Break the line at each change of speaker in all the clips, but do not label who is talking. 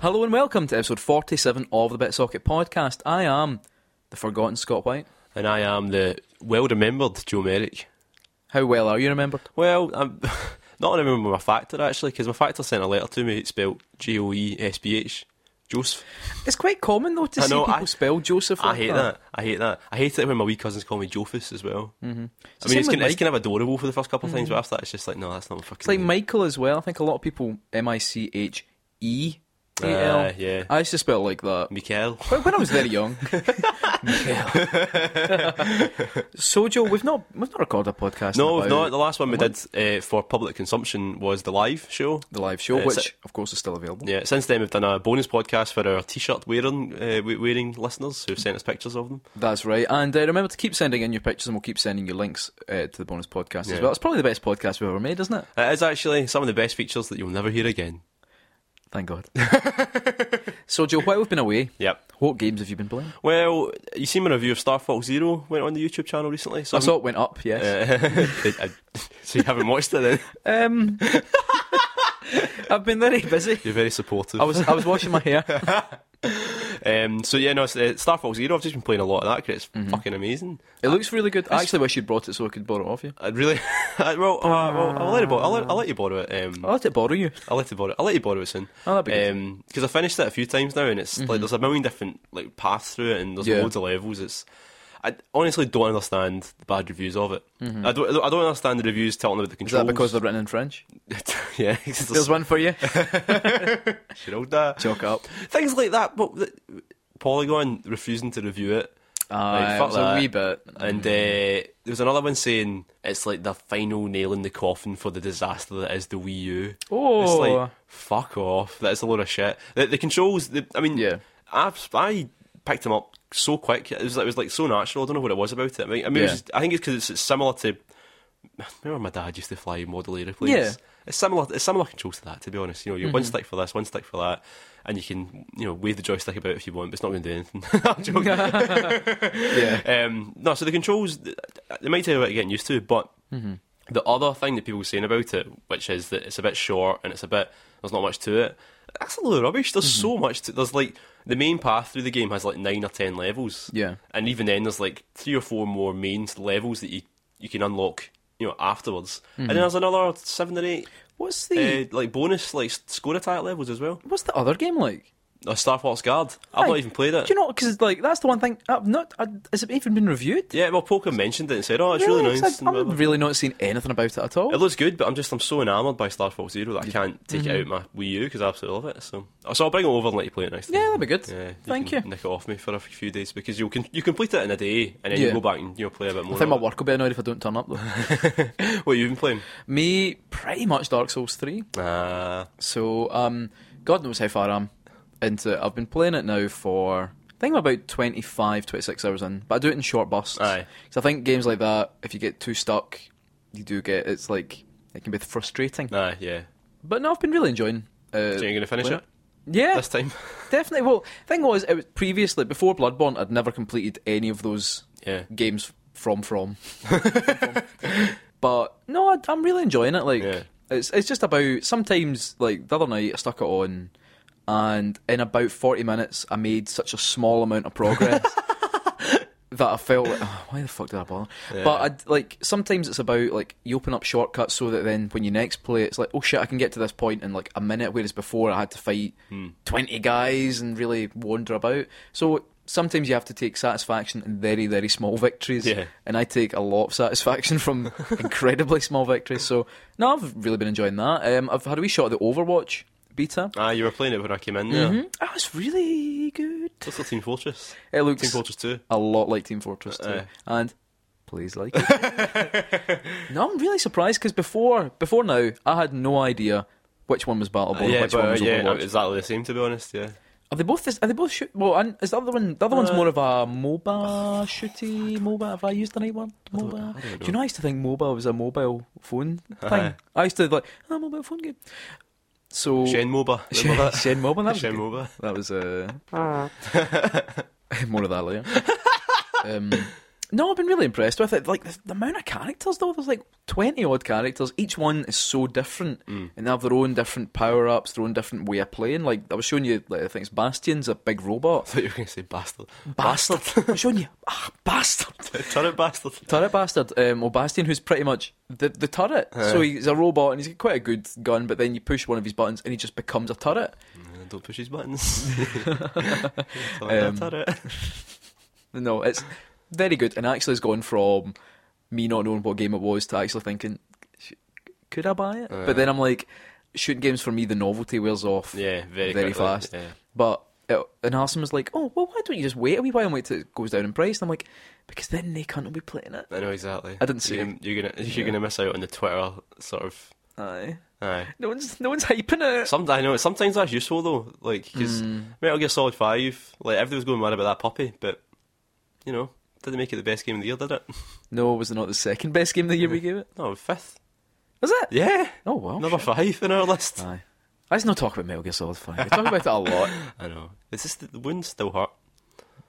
Hello and welcome to episode 47 of the BitSocket podcast. I am the forgotten Scott White.
And I am the well remembered Joe Merrick.
How well are you remembered?
Well, I'm not remember my factor actually, because my factor sent a letter to me. It's spelled J O E S B H. Joseph.
It's quite common though to
I
see
know,
people
I-
spell Joseph
I
like
hate that. I hate that. I hate it when my wee cousins call me Jophus as well. Mm-hmm. I mean,
same with
it's kind, of,
Mike. Mm-hmm.
it's kind of adorable for the first couple of times, but after that, it's just like, no, that's not my fucking.
It's like Michael as well. I think a lot of people M I C H E A L. Uh,
Ah, yeah.
I used to spell like that.
Michael.
When when I was very young. so Joe, we've not we've not recorded a podcast.
No,
in
we've
about
not. The last one we did uh, for public consumption was the live show.
the live show,
It's-
which of course is still available.
Yeah, since then we've done a bonus podcast for our t-shirt wearing uh, we- wearing listeners who've sent us pictures of them.
That's right. And uh, remember to keep sending in your pictures, and we'll keep sending you links uh, to the bonus podcast as
Yeah.
well. It's probably the best podcast we've ever made, isn't it?
It is actually some of the best features that you'll never hear again.
Thank God. so Joe, while we've been away,
Yep.
what games have you been playing?
Well, you seen my review of Star Fox Zero went on the YouTube channel recently. So
I saw it went up. Yes.
I- I- so you haven't watched it then?
Um, I've been very busy.
You're very supportive.
I was I was washing my hair.
Um, so yeah, no, it's, uh, Star Fox Zero. I've just been playing a lot of that because it's fucking amazing.
It looks really good. I actually wish you'd brought it so I could borrow it off you.
I really, I, well, uh, well, I'll let you borrow. I'll let, I'll let you borrow it. Um,
I'll let it borrow you.
I'll let you borrow. it. I'll let you borrow it soon.
Oh, that'd be good. Mm-hmm.
Because I finished it a few times now, and it's like there's a million different like paths through it, and there's
Yeah.
loads of levels. It's I honestly don't understand the bad reviews of it. I don't. I don't understand the reviews talking about the
Mm-hmm. Is
controls.
that because they're written in French?
yeah, 'cause there's
There's one for you.
shit all that.
Chalk it up.
things like that. But th- Polygon refusing to review it.
Aye,
fuck
it's Uh, a
that.
wee bit.
And uh, there was another one saying it's like the final nail in the coffin for the disaster that is the Wii U. It's
Oh.
like, fuck off. That's a load of shit. The, the controls, the, I mean,
Yeah.
I, I picked them up so quick. It was, it was like so natural. I don't know what it was about it. I mean, I, mean, it was
Yeah.
just- I think it's because it's, it's similar to. Remember, my dad used to fly model aeroplanes.
Yeah. Mm-hmm.
It's similar. It's similar controls to that. To be honest, you know, you one stick for this, one stick for that, and you can, you know, wave the joystick about if you want, but it's not going to do anything. I'm joking.
Yeah.
Um, no, so the controls th- they might take a bit of getting used to, but
Mm-hmm.
the other thing that people were saying about it, which is that it's a bit short and it's a bit there's not much to it. That's a load of rubbish. There's
Mm-hmm.
so much. To, there's like the main path through the game has like nine or ten levels.
Yeah.
and even then there's like three or four more main levels that you you can unlock. You know, afterwards, and
Mm-hmm.
then there's another seven or eight
What's
uh,
the
like bonus like s- score attack levels as well.
What's the other game like?
A Star Fox Guard. I've not
Aye.
even played it.
Do you know? Because like that's the one thing I've not. I, has it even been reviewed?
yeah, well, Poker mentioned it and said, "Oh, it's really,
Yeah, 'cause
nice." and
I,
blah, blah,
I'm
blah.
really not seen anything about it at all.
It looks good, but I'm just I'm so enamoured by Star Fox Zero that I can't take it
Mm-hmm.
out of my Wii U because I absolutely love it. So, Oh, so I'll bring it over and let you play it next time.
Yeah, that'd be good.
Yeah, you
Thank
can
you.
Nick it off me for a few days because you can you complete it in a day and then
Yeah.
you go back and you know play a bit more.
I think my
of
work will be annoyed if I don't turn up though.
it. What have you been playing?
Me, pretty much Dark Souls three.
Uh,
So, um, God knows how far I'm into it. I've been playing it now for, I think I'm about 25, 26 hours in, but I do it in short bursts.
Aye.
Because I think games like that, if you get too stuck, you do get, it's like, it can be frustrating.
nah, yeah.
But no, I've been really enjoying uh,
So you're gonna finish
playing
it
it. Yeah,
this time?
definitely. Well, thing was, it was previously, before Bloodborne, I'd never completed any of those
Yeah.
games from from. but no, I, I'm really enjoying it. Like
Yeah.
it's it's just about sometimes like the other night I stuck it on, and in about 40 minutes I made such a small amount of progress. That I felt like, oh, why the fuck did I bother? But I'd, like sometimes it's about like you open up shortcuts so that then when you next play, it's like oh shit, I can get to this point in like a minute, whereas before I had to fight
Hmm.
twenty guys and really wander about. So sometimes you have to take satisfaction in very very small victories,
Yeah.
and I take a lot of satisfaction from incredibly small victories. So no, I've really been enjoying that. Um, I've had a wee shot of the Overwatch beta.
Ah, you were playing it when I came in there.
Mhm. That was really good.
What's the Team Fortress?
It looks
Team Fortress Two.
a lot like Team Fortress 2.
Aye.
and please like it. no, I'm really surprised because before before now, I had no idea which one was Battleborn,
yeah,
which
but
one
uh,
was
yeah,
Overwatch.
exactly the same to be honest. Yeah,
Are they both? this- Are they both? Shoot, well, and is the other one? The other one's
Uh,
more of a MOBA shooty MOBA. Have I used the right one? MOBA.
I don't Uh-huh.
Do you know? I used to think MOBA was a mobile phone thing.
Aye.
I used to like a mobile phone game. So
Shen MOBA.
Shen,
Remember that?
Shen MOBA. That was
Shen
good.
MOBA.
That was uh, more of that later. um, No, I've been really impressed with it. Like the, the amount of characters though, there's like twenty odd characters. Each one is so different, and they have their own different power ups, their own different way of playing. Like I was showing you, like I think it's Bastion's a big
I
robot.
thought you were going to say bastard.
Bastard. I'm showing you, ah, bastard.
Turret bastard.
Turret bastard, um, well, Bastion, who's pretty much the the turret. So he's a robot and he's got quite a good gun, but then you push one of his buttons and he just becomes a turret.
Mm, Don't push his buttons. Turn
Um,
that turret.
No, it's very good, and actually has gone from me not knowing what game it was to actually thinking, "Sh- could I buy it?
Uh.
but then I'm like, shooting games for me, the novelty wears off.
Yeah, very
very
quickly,
fast.
Yeah.
But it, and Arsene was like, oh well, why don't you just wait a wee while and wait till it goes down in price? And I'm like, because then they can't be playing it.
I know exactly.
I didn't see
You're, gonna- you're gonna you're
Yeah.
gonna miss out on the Twitter sort of.
Aye,
Aye.
no one's no one's hyping it.
Some I know sometimes that's useful though, like because
Hmm.
Metal Gear Solid Five, like everything was going mad about that puppy, but you know, didn't make it the best game of the year, did it?
No, was it not the second best game of the year we gave it?
No, fifth.
Was it?
Yeah,
Oh wow.
number five in our list.
Aye. Let's not talk about Metal Gear Solid 5. We talk about it a lot.
I know. Is this the, the wounds still hurt?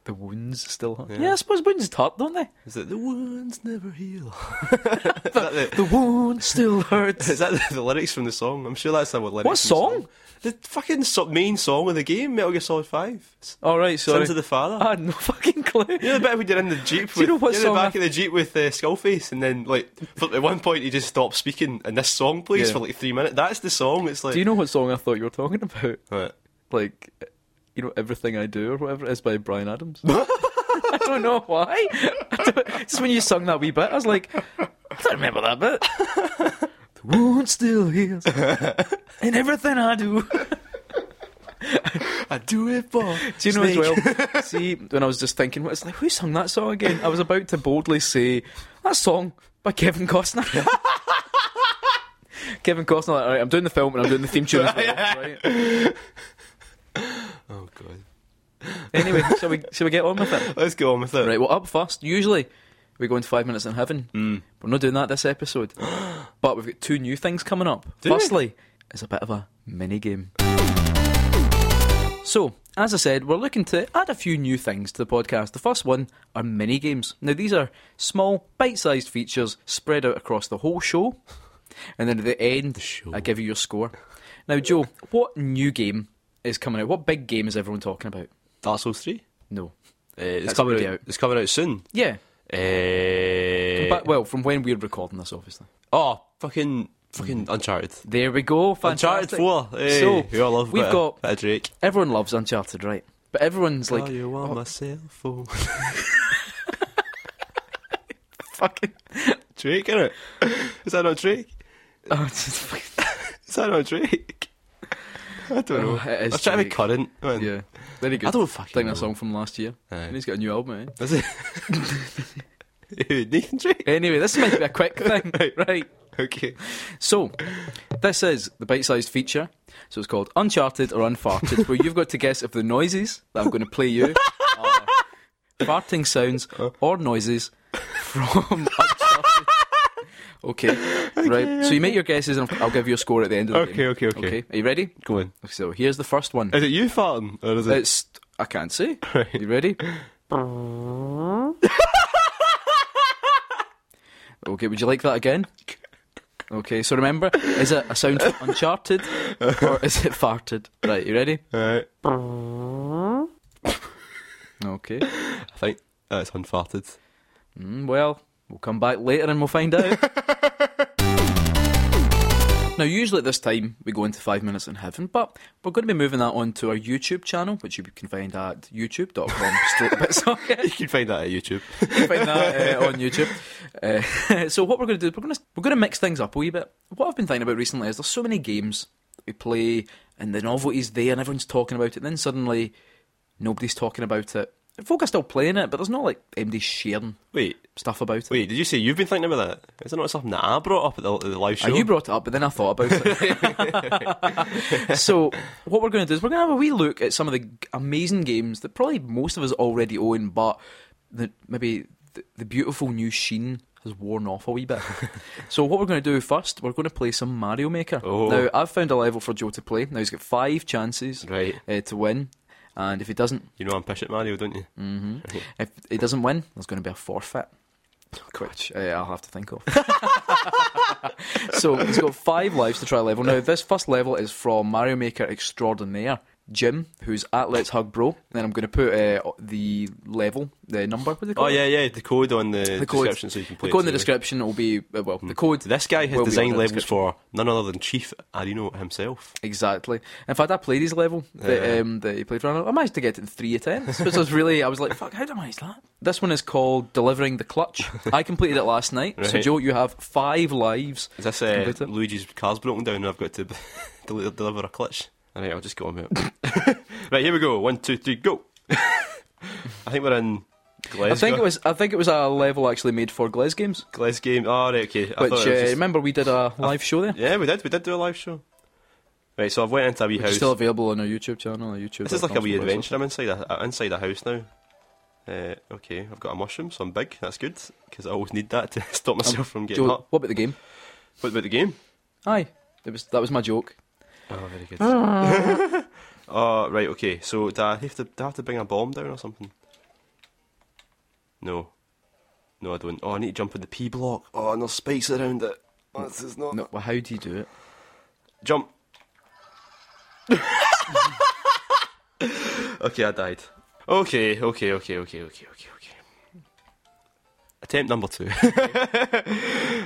The wounds still hurt.
Yeah.
Yeah, I suppose wounds hurt, don't they?
Is it the wounds never heal? is that, the,
The wound still hurts.
is that the, the lyrics from the song? I'm sure that's the lyrics.
What
from the
song?
The fucking so- main song of the game, Metal Gear Solid Five. S-
All right, sorry.
Sons of the Father.
I had no fucking clue.
You know the bit when you're in the jeep.
Do you know
with-
what
you're in
song
the back of the jeep with uh, Skullface, and then like for, at one point he just stops speaking, and this song plays
Yeah.
for like three minutes. That's the song. It's like
Do you know what song I thought you were talking about?
Right.
Like, you know, Everything I Do or whatever it is by Brian Adams. I don't know why. I don't- Just when you sung that wee bit, I was like, I don't remember that bit. the wound still heals. And everything I do.
I do it for.
Do you know as
Snake.
well? See, when I was just thinking, what it's like, who sung that song again? I was about to boldly say that song by Kevin Costner. Kevin Costner, like, all right, I'm doing the film and I'm doing the theme tune. As well, right?
Oh god.
Anyway, shall we shall we get on with it?
Let's go on with it.
Right, well, up first. Usually, we go into five minutes in heaven.
Hmm.
We're not doing that this episode, but we've got two new things coming up.
Do we?
Firstly, it's a bit of a mini game. So, as I said, we're looking to add a few new things to the podcast. The first one are mini games. Now, these are small, bite sized features spread out across the whole show. And then at the end, I give you your score. Now, Joe, what new game is coming out? What big game is everyone talking about?
Dark Souls Three.
No.
Uh, it's
That's
coming
already
out,
out.
It's coming out soon.
Yeah.
Uh,
But, well, from when we're recording this, obviously.
oh, fucking, fucking Uncharted.
There we go. Fantastic.
Uncharted Four. Hey,
So,
we all love a
we've
bit of-
got-
bit of Drake.
Everyone loves Uncharted, right? But everyone's like,
Call you on my cell phone.
fucking.
Drake, innit? Is that not Drake?
Oh, it's just fucking-
Is that not Drake? I don't know.
Oh, it is
I was trying to be
Drake.
current. Man.
yeah. Very good.
I don't fucking
Think
know.
that song from last year.
Aye.
And he's got a new album, eh?
Is it? Who, Nathan Drake?
Anyway, this is meant to be a quick thing, right?
Okay.
So, this is the bite-sized feature. So it's called Uncharted or Unfarted, where you've got to guess if the noises that I'm going to play you are farting sounds or noises from Uncharted. Okay, right. So you make your guesses, and I'll give you a score at the end of the
Okay,
game.
okay, okay.
Are you ready?
Go on.
So here's the first one.
Is it you farting? Or is it.
It's I can't say. You ready? okay, would you like that again? Okay, so remember, is it a sound from Uncharted or is it farted? Right, you ready?
Alright.
Okay.
I think that's unfarted.
Mm, well, we'll come back later and we'll find out. now, usually at this time, we go into five minutes in heaven, but we're going to be moving that on to our YouTube channel, which you can find at youtube.com. stroke bitsocket.
You can find that at YouTube.
find that uh, on YouTube. Uh, so what we're going to do is we're going to we're going to mix things up a wee bit. What I've been thinking about recently is there's so many games that we play and the novelty's there and everyone's talking about it. Then suddenly nobody's talking about it. Folk are still playing it, but there's not like MD sharing
Wait,
stuff about it.
wait, did you say you've been thinking about that? Is it not something that I brought up at the, at the live show?
Uh, you brought it up, but then I thought about it. so, what we're going to do is we're going to have a wee look at some of the g- amazing games that probably most of us already own, but the, maybe the, the beautiful new sheen has worn off a wee bit. so, what we're going to do first, we're going to play some Mario Maker.
Oh.
Now, I've found a level for Joe to play. Now, he's got five chances
Right.
uh, to win. And if he doesn't,
You know I'm pish at Mario, don't you?
hmm
Right.
if he doesn't win, there's going to be a forfeit, which uh, I'll have to think of. so he's got five lives to try level. Now this first level is from Mario Maker Extraordinaire. Jim, who's at Let's Hug Bro, then I'm going to put uh, the level, the number. What do they call
Oh
it?
yeah, yeah. The code on the,
The code-
description, so you can
The
play. it Hmm.
code in the
too.
description will be uh, well. The code
This guy has
will be
designed
under the
levels
description.
for none other than Chief Arino himself.
exactly. In fact, I played his level that,
Yeah.
um, that he played for. and I managed to get it in three attempts, which was really. I was like, "Fuck, how did I manage that?" This one is called "Delivering the Clutch." I completed it last night. So,
Right.
Joe, you have five lives.
Is this uh,
Complete it.
Luigi's car's broken down and I've got to del- deliver a clutch? Alright, I'll just go on with it. right, here we go. One, two, three, go. I think we're in Gles,
I think it was. I think it was a level actually made for Gles Games,
Gles game. Oh, right, okay. I
which uh,
thought it was just-
remember we did a live show there.
Yeah, we did. We did do a live show. Right, so I've went into a wee
Which is
house.
still available on our YouTube channel. Our YouTube.
This is like a wee adventure. I'm inside a, uh, inside a house now. Uh, okay, I've got a mushroom, so I'm big. That's good, because I always need that to stop myself from getting
Joe,
up.
what about the game?
What about the game?
Aye, it was. That was my joke.
Oh, very good. uh, right, okay. So do I have to do I have to bring a bomb down or something? No. No, I don't. Oh, I need to jump in the P block. Oh, and there's space around it. Oh, this is not.
No, well, how do you do it?
Jump. okay, I died. Okay, okay, okay, okay, okay, okay, okay. Attempt number two.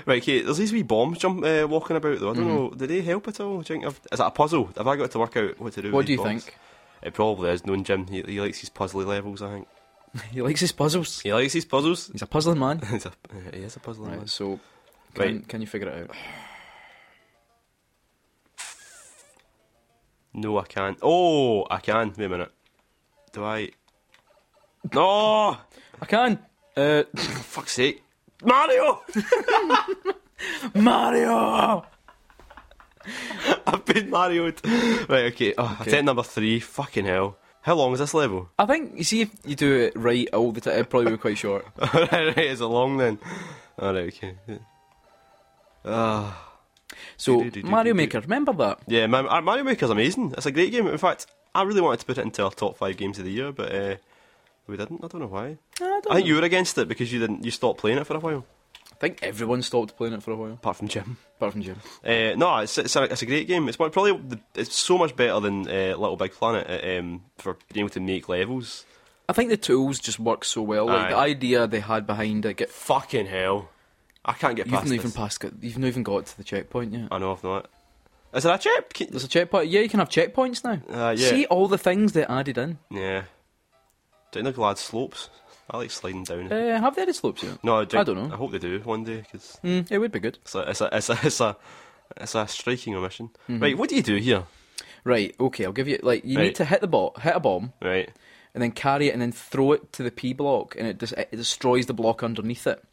right, okay, there's these wee bombs jump uh, walking about though. I don't
Mm-hmm.
know, do they help at all? Do you think I've, is that a puzzle? Have I got to work out what to do? with
What do
these
you
bombs?
think?
It probably is. Knowing Jim, he, he likes his puzzly levels. I think
He likes his puzzles.
he likes his puzzles.
He's a puzzling man.
He's a, he is a puzzle man.
Right, so can,
Right.
can you figure it out?
No, I can't. Oh, I can. Wait a minute. Do I? No.
I can. Uh,
Fuck's sake. Mario!
Mario.
I've been Marioed. Right, okay. Oh, Attempt number three. Fucking hell. How long is this level?
I think you see if you do it right all the time, it'd probably be quite short.
Alright, right, is it long then? Alright, okay. Ah,
So Mario Maker, remember that?
yeah, man, uh, Mario Maker's amazing. It's a great game. In fact, I really wanted to put it into our top five games of the year, but uh, we didn't. I don't know why.
I,
I think you were against it because you didn't. You stopped playing it for a while,
I think everyone stopped playing it for a while,
apart from Jim.
apart from Jim.
Uh, no, it's it's a, it's a great game. It's one- probably the, it's so much better than uh, Little Big Planet uh, um, for being able to make levels.
I think the tools just work so well. Like the
Aye.
idea they had behind it, get
Fucking hell! I can't get
you've
past
not even
this.
passed. it- You've not even got to the checkpoint yet.
I know I've not. Is there a chip? Can-
There's a checkpoint. Yeah, you can have checkpoints now.
Uh, yeah.
See all the things they added in.
Yeah. Down the glad slopes. I like sliding down.
Uh, have they added slopes yet?
no, I, do,
I don't know.
I hope they do one day because
Mm, it would be good.
it's a it's a it's a it's a, it's a striking omission.
Mm-hmm.
Right, what do you do here?
Right. Okay. I'll give you. Like you
Right.
need to hit the ball, hit a bomb.
Right.
and then carry it and then throw it to the P block and it, des- it destroys the block underneath it.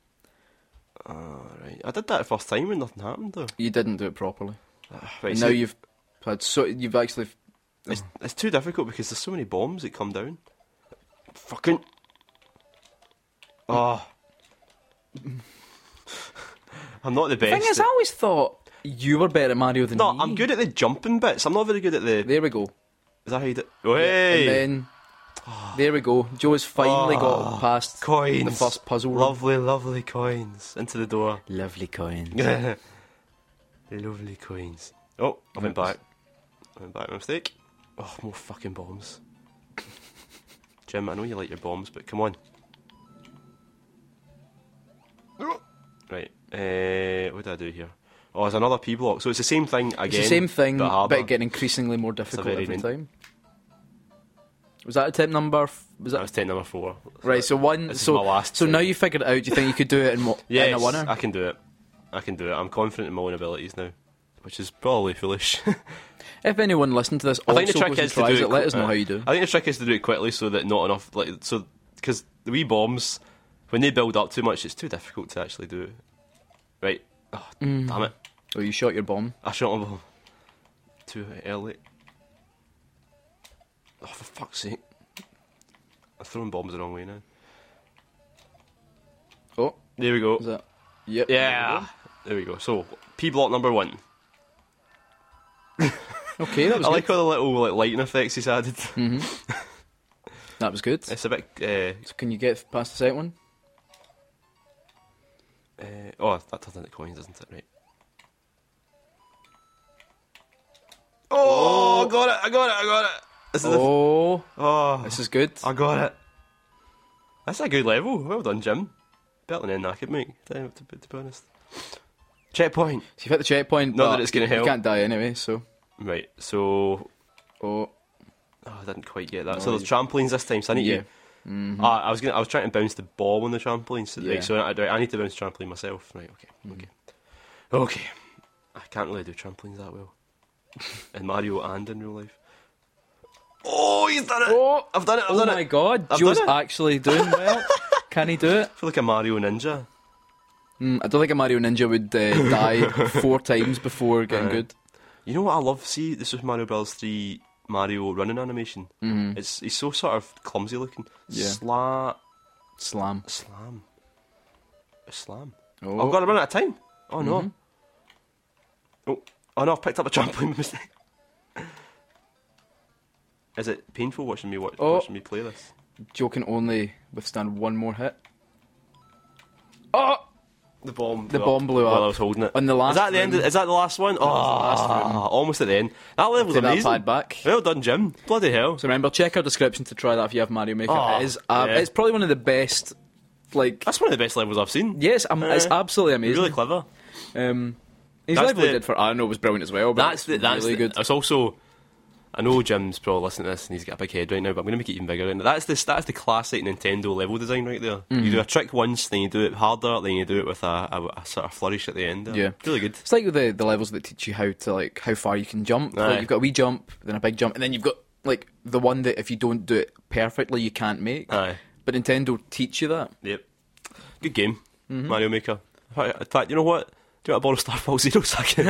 All right. I did that first time and nothing happened though.
You didn't do it properly.
Right,
Ah, and
so
now you've had so you've actually
it's, it's too difficult because there's so many bombs that come down. Fucking.
Mm.
Ah. I'm not the best.
thing is, I
at-
always thought you were better at Mario than
no,
me.
I'm good at the jumping bits. I'm not very good at the.
There we go.
Is that how you do? Hey,
And then there we go. Joe has finally got
Ah,
past
coins.
the first puzzle. run.
Lovely, lovely coins into the door.
Lovely coin.
lovely coins. Oh, I went back. I went back. My mistake. Oh, more fucking bombs. Jim, I know you like your bombs, but come on. Right. Uh, what did I do here? Oh, there's another P block. So it's the same thing again.
It's the same thing,
but
but,
harder.
getting increasingly more difficult
very
every
nin-
time. Was that attempt number? F- was
That
that
was tent number four.
right? So one.
This is
so
my last
so now
attempt.
you figured it out. Do you think you could do it in, mo-
Yes,
in a winner?
I can do it. I can do it. I'm confident in my own abilities now, which is probably foolish.
If anyone listening to this
I
also
think the trick
goes and
is to
tries
do
it,
it.
let us know
uh,
how you do.
I think the trick is to do it quickly so that not enough like so because the wee bombs when they build up too much, it's too difficult to actually do. it. Right? Oh, Damn it!
Oh, you shot your bomb.
I shot a bomb too early. Oh, for fuck's sake! I'm throwing bombs the wrong way now.
Oh,
There we
is
go.
that? Yep.
Yeah. There we go. So P block number one.
Okay, that was good.
I Hmm. like all the little like lighting effects he's added.
That was good.
It's a bit. Uh,
So can you get past the second one?
uh, oh, that turns into coins, doesn't it? Right. Oh, I got it! I got it! I got it! This is oh.
Oh,
The, oh,
this is good.
I got it. That's a good level. Well done, Jim. Better than I could mate. To, to, to be honest. Checkpoint.
So you've hit the checkpoint.
Not
but
that it's gonna
You
help.
can't die anyway. So,
Right. So
oh,
Oh, I didn't quite get that.
No,
so there's
you-
trampolines this time. So I need
yeah.
you. Ah, I was gonna. I was trying to bounce the ball on the trampoline. So,
Mm-hmm. Yeah. Mm-hmm.
right, so I, right, I need to bounce the trampoline myself. Right. Okay. Okay. Okay. I can't really do trampolines that well. in Mario and in real life. Oh, he's done it!
Oh!
I've done it! I've
Oh
done
my
it!
god,
I've
Joe's
done it.
actually doing well. Can he do it?
I feel like a Mario ninja.
Mm, I don't think a Mario Ninja would uh, die four times before getting
Aye.
good.
You know what I love? See the Super Mario Bros. 3 Mario running animation. Mm-hmm. It's he's so sort of clumsy looking.
Yeah.
Sla
Slam.
slam. Slam.
Oh,
I've got to run out of time. Oh no. Oh, oh no, I've picked up a trampoline by mistake. Is it painful watching me watch,
Oh.
watching me play this?
Joe can only withstand one more hit. Oh,
The bomb.
The bomb blew
While
up.
I was holding it.
On the last
Is that the end? Of,
room.
is that the last one? Oh, almost at the end. That level's
take that
amazing.
pad back.
Well done, Jim. Bloody hell.
So remember, check our description to try that if you have Mario Maker.
Oh,
it is, uh,
yeah.
it's probably one of the best. Like,
That's one of the best levels I've seen.
yes, um, it's
Uh,
absolutely amazing.
Really clever.
Um, his
That's
level he
the-
did for Arno was brilliant as well. But
That's the, that's
really
the,
good.
It's also. I know Jim's probably listening to this and he's got a big head right now, but I'm going to make it even bigger. And that's this. That's the classic Nintendo level design right there. You do a trick once, then you do it harder, then you do it with a, a, a sort of flourish at the end.
Yeah.
really good.
It's like the the levels that teach you how to like how far you can jump. Like
Aye.
you've got a wee jump, then a big jump, and then you've got like the one that if you don't do it perfectly, you can't make.
Aye.
But Nintendo teach you that.
Yep, good game, Mario Maker. In fact, you know what? Do you want to borrow Starfall Zero second?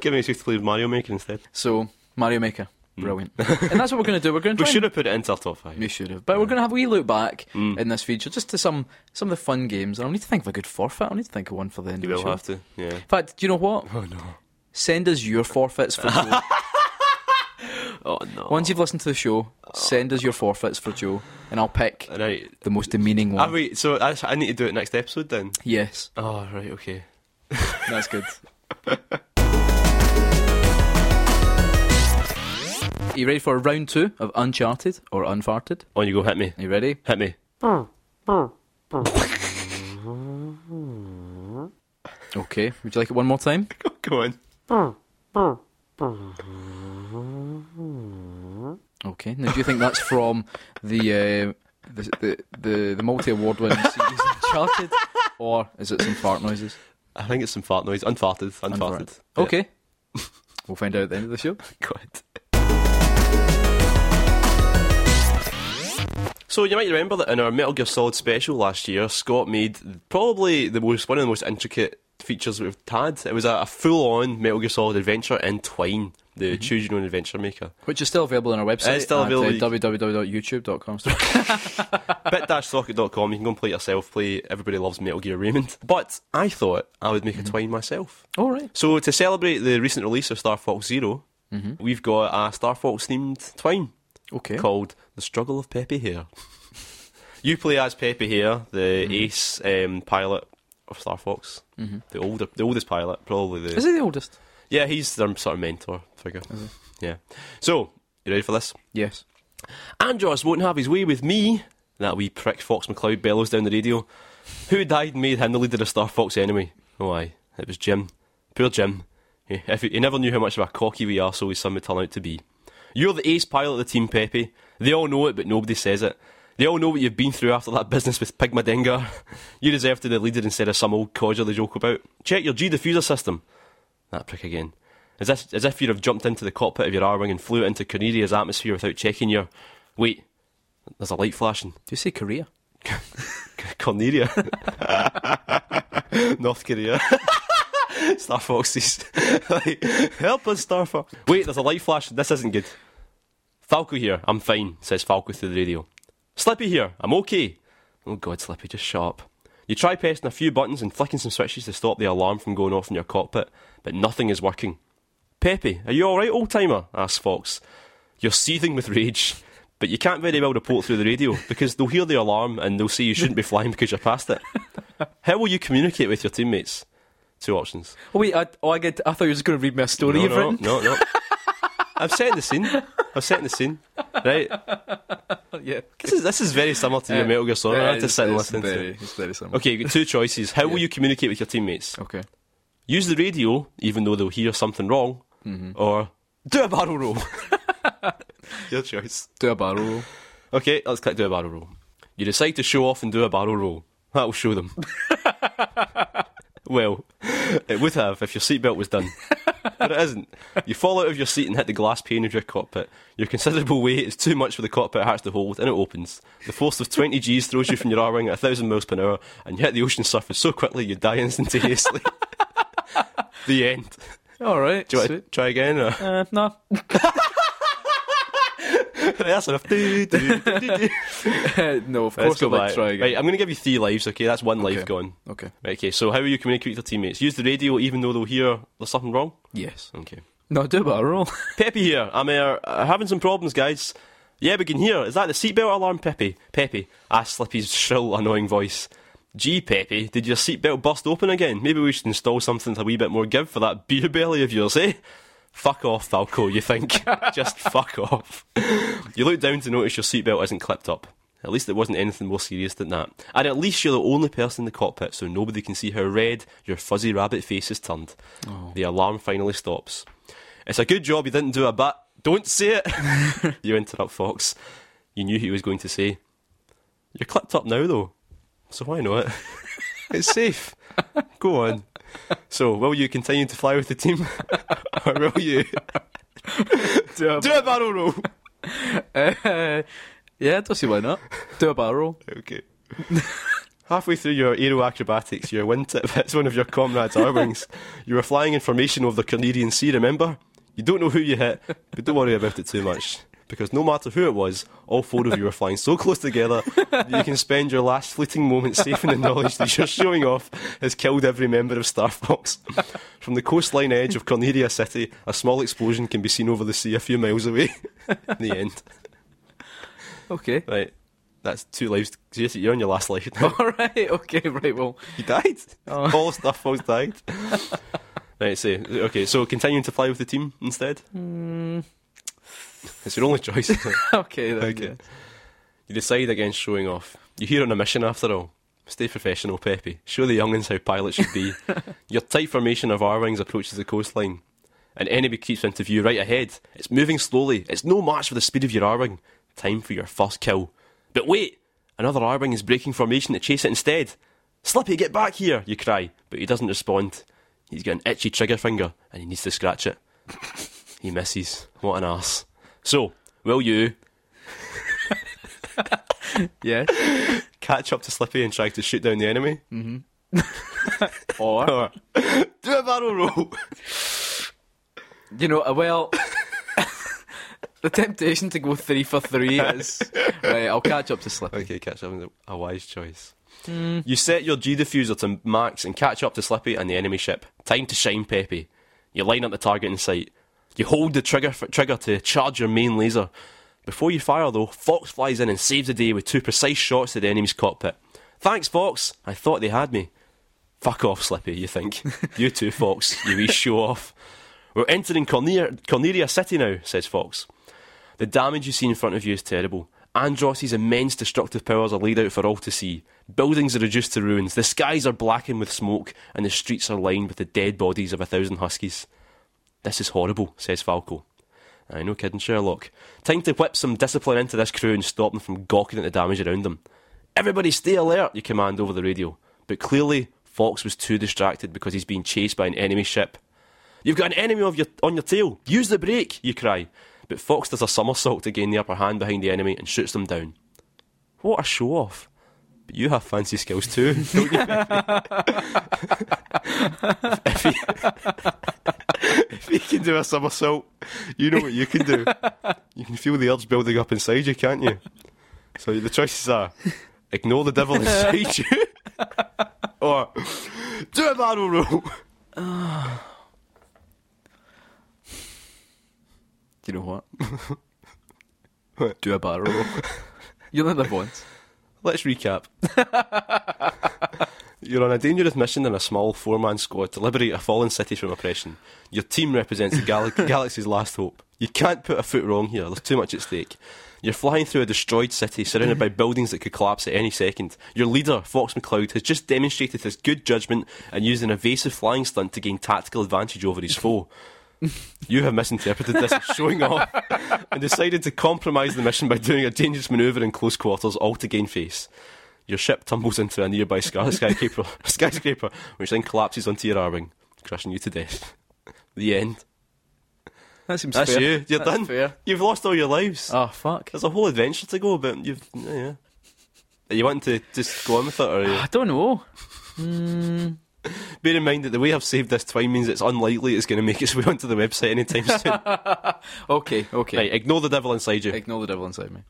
Give me an excuse to play Mario Maker instead.
So Mario Maker,
Hmm.
brilliant. and that's what we're going to do. We're going to
We
try.
should
and-
have put it into our top five.
We should have, but we're going to have a wee look back
Mm.
in this feature just to some some of the fun games. And I'll need to think of a good forfeit. I'll need to think of one for the end
You
of the
will
show.
have to. Yeah.
In fact, do you know what?
Oh no.
Send us your forfeits for Joe.
Oh no.
Once you've listened to the show, send us your forfeits for Joe, and I'll pick
Right.
the most demeaning
Ah,
one.
wait, so I, I need to do it next episode then.
Yes,
Oh right, okay.
that's good. Are you ready for round two of Uncharted or Unfarted?
On Oh, you go, hit me.
Are you ready?
Hit me.
Okay. Would you like it one more time?
Go on.
Okay. Now, do you think that's from the uh, the, the the the multi award winning series Uncharted, or is it some fart noises?
I think it's some fart noise. Unfarted. Unfarted.
Unfarted. Okay. We'll find out at the end of the show.
God. So you might remember that in our Metal Gear Solid special last year, Scott made probably the most one of the most intricate features we've had. It was a, a full-on Metal Gear Solid adventure in Twine, the Choose Your Own Adventure Maker.
Which is still available on our website.
It's still available.
At, uh, www.youtube.com.
bit-socket.com, you can go and play it yourself, play Everybody Loves Metal Gear Raymond. But I thought I would make a Twine myself.
All right.
So to celebrate the recent release of Star Fox 0 we we've got a Star Fox themed twine
Mm-hmm. Okay.
called "The Struggle of Pepe Hare." you play as Pepe Hare, the ace um, pilot of Star Fox, the older, the oldest pilot, probably the
Is he the oldest?
yeah, he's their sort of mentor figure. Yeah. So you ready for this?
Yes.
Andros won't have his way with me. That wee prick Fox McCloud bellows down the radio. Who died and made him the leader of Star Fox anyway? Oh aye, it was Jim. Poor Jim. He, if he, he never knew how much of a cocky wee arsehole his son would turn out to be. You're the ace pilot of the team, Pepe. They all know it, but nobody says it. They all know what you've been through after that business with Pigmadengar. You deserve to be the leader instead of some old codger they joke about. Check your G diffuser system. That prick again. As if, as if you'd have jumped into the cockpit of your R-Wing and flew into Cornelia's atmosphere without checking your... Wait, there's a light flashing.
Do you say Korea?
Cornelia. North Korea. Star Foxes. Like, help us, Star Fox. Wait, there's a light flash. This isn't good. Falco here. I'm fine, says Falco through the radio. Slippy here. I'm okay. Oh, God, Slippy, just shut up. You try pressing a few buttons and flicking some switches to stop the alarm from going off in your cockpit, but nothing is working. Pepe, are you alright, old timer? asks Fox. You're seething with rage. But you can't very well report through the radio because they'll hear the alarm and they'll say you shouldn't be flying because you're past it. How will you communicate with your teammates? Two options.
Oh wait, I, oh, I get. I thought you was going to read me a story
No,
you've
no,
written.
no, no. I'm setting the scene. I'm setting the scene. Right.
yeah,
This is this is very similar to your Metal Gear Solid. I had to sit and listen to. it.
It's very similar.
Okay, you've got two choices. How will you communicate with your teammates?
Okay.
Use the radio, even though they'll hear something wrong,
Mm-hmm.
or do a barrel roll. your choice.
Do a barrel roll.
Okay, let's click do a barrel roll. You decide to show off and do a barrel roll. That will show them. well, it would have if your seatbelt was done. But it isn't. You fall out of your seat and hit the glass pane of your cockpit. Your considerable weight is too much for the cockpit hatch to hold, and it opens. The force of 20 Gs throws you from your R-wing at 1,000 miles per hour, and you hit the ocean surface so quickly you die instantaneously. the end.
All right.
Do you want to
sweet.
try again? Or?
Uh, no.
That's enough. Do, do, do, do, do.
no, of course
Let's go
I'd like
back.
to try again.
Right, I'm going to give you three lives, okay? That's one life
Okay.
gone.
Okay.
Right, okay, so how will you communicate with your teammates? Use the radio even though they'll hear there's something wrong?
Yes.
Okay.
No, do a barrel roll.
Peppy here. I'm uh, having some problems, guys. Yeah, we can hear. Is that the seatbelt alarm, Peppy? Peppy, asked Slippy's shrill, annoying voice. Gee, Peppy, did your seatbelt bust open again? Maybe we should install something with a wee bit more give for that beer belly of yours, eh? Fuck off, Falco, you think. Just fuck off. You look down to notice your seatbelt isn't clipped up. At least it wasn't anything more serious than that. And at least you're the only person in the cockpit, so nobody can see how red your fuzzy rabbit face is turned. The alarm finally stops. It's a good job you didn't do a bat. Don't say it! you interrupt Fox. You knew he was going to say. You're clipped up now, though, so why not? it's safe. Go on. So, will you continue to fly with the team? or will you
do a,
do a barrel roll?
uh, yeah, I don't see why not. Do a barrel roll.
Okay. Halfway through your aero acrobatics, your wing tip hits one of your comrades' armings. You were flying in formation over the Canadian Sea, remember? You don't know who you hit, but don't worry about it too much. Because no matter who it was, all four of you were flying so close together that you can spend your last fleeting moments safe in the knowledge that your showing off has killed every member of Star Fox. From the coastline edge of Cornelia City, a small explosion can be seen over the sea a few miles away. the end.
Okay.
Right. That's two lives. Seriously, You're on your last life.
All right. Okay. Right. Well.
He died.
Oh.
All stuff was died. right, so okay, so continuing to fly with the team instead. It's your only choice.
mm, Okay. Then,
Okay.
yeah.
you decide against showing off. You're here on a mission after all. Stay professional, Peppy. Show the youngins how pilots should be. your tight formation of R-wings approaches the coastline. An enemy creeps into view right ahead. It's moving slowly. It's no match for the speed of your R-wing. Time for your first kill. But wait! Another R-wing is breaking formation to chase it instead. Slippy, get back here! You cry, but he doesn't respond. He's got an itchy trigger finger, and he needs to scratch it. he misses. What an ass. So, will you
Yeah.
catch up to Slippy and try to shoot down the enemy?
Or
Or do a barrel roll.
you know, uh, well, the temptation to go three for three is right. I'll catch up to Slippy.
Okay, catch up is a wise choice. You set your G diffuser to max and catch up to Slippy and the enemy ship. Time to shine, Peppy. You line up the target in sight. You hold the trigger trigger to charge your main laser. Before you fire, though, Fox flies in and saves the day with two precise shots to the enemy's cockpit. Thanks, Fox. I thought they had me. Fuck off, Slippy, you think. you too, Fox, you wee show off. We're entering Cornelia, Cornelia City now, says Fox. The damage you see in front of you is terrible. Andross's immense destructive powers are laid out for all to see. Buildings are reduced to ruins, the skies are blackened with smoke, and the streets are lined with the dead bodies of a thousand huskies. This is horrible, says Falco. I no kidding, Sherlock. Time to whip some discipline into this crew and stop them from gawking at the damage around them. Everybody stay alert, you command over the radio. But clearly, Fox was too distracted because he's being chased by an enemy ship. You've got an enemy of your, on your tail. Use the brake, you cry. But Fox does a somersault to gain the upper hand behind the enemy and shoots them down. What a show off. But you have fancy skills too, don't you? if, he, if he can do a somersault, you know what you can do. You can feel the urge building up inside you, can't you? So the choices are ignore the devil inside you or do a barrel roll.
You know what? do a barrel roll. You'll never once.
Let's recap. You're on a dangerous mission in a small four man squad to liberate a fallen city from oppression. Your team represents the gal- galaxy's last hope. You can't put a foot wrong here, there's too much at stake. You're flying through a destroyed city surrounded by buildings that could collapse at any second. Your leader, Fox McCloud, has just demonstrated his good judgment and used an evasive flying stunt to gain tactical advantage over his foe. You have misinterpreted this as showing off and decided to compromise the mission by doing a dangerous manoeuvre in close quarters, all to gain face. Your ship tumbles into a nearby sky- skyscraper, skyscraper, which then collapses onto your arming, crushing you to death. The end.
That seems
That's Uh.
fair.
you. You're
That's
done.
fair.
You've lost all your lives.
Oh fuck.
There's a whole adventure to go, but you've yeah. yeah. Are you wanting to just go on with it, or are you?
I don't know.
bear in mind that the way I've saved this time means it's unlikely it's going to make its way onto the website anytime soon.
Okay, okay.
right, ignore the devil inside you.
Ignore the devil inside me.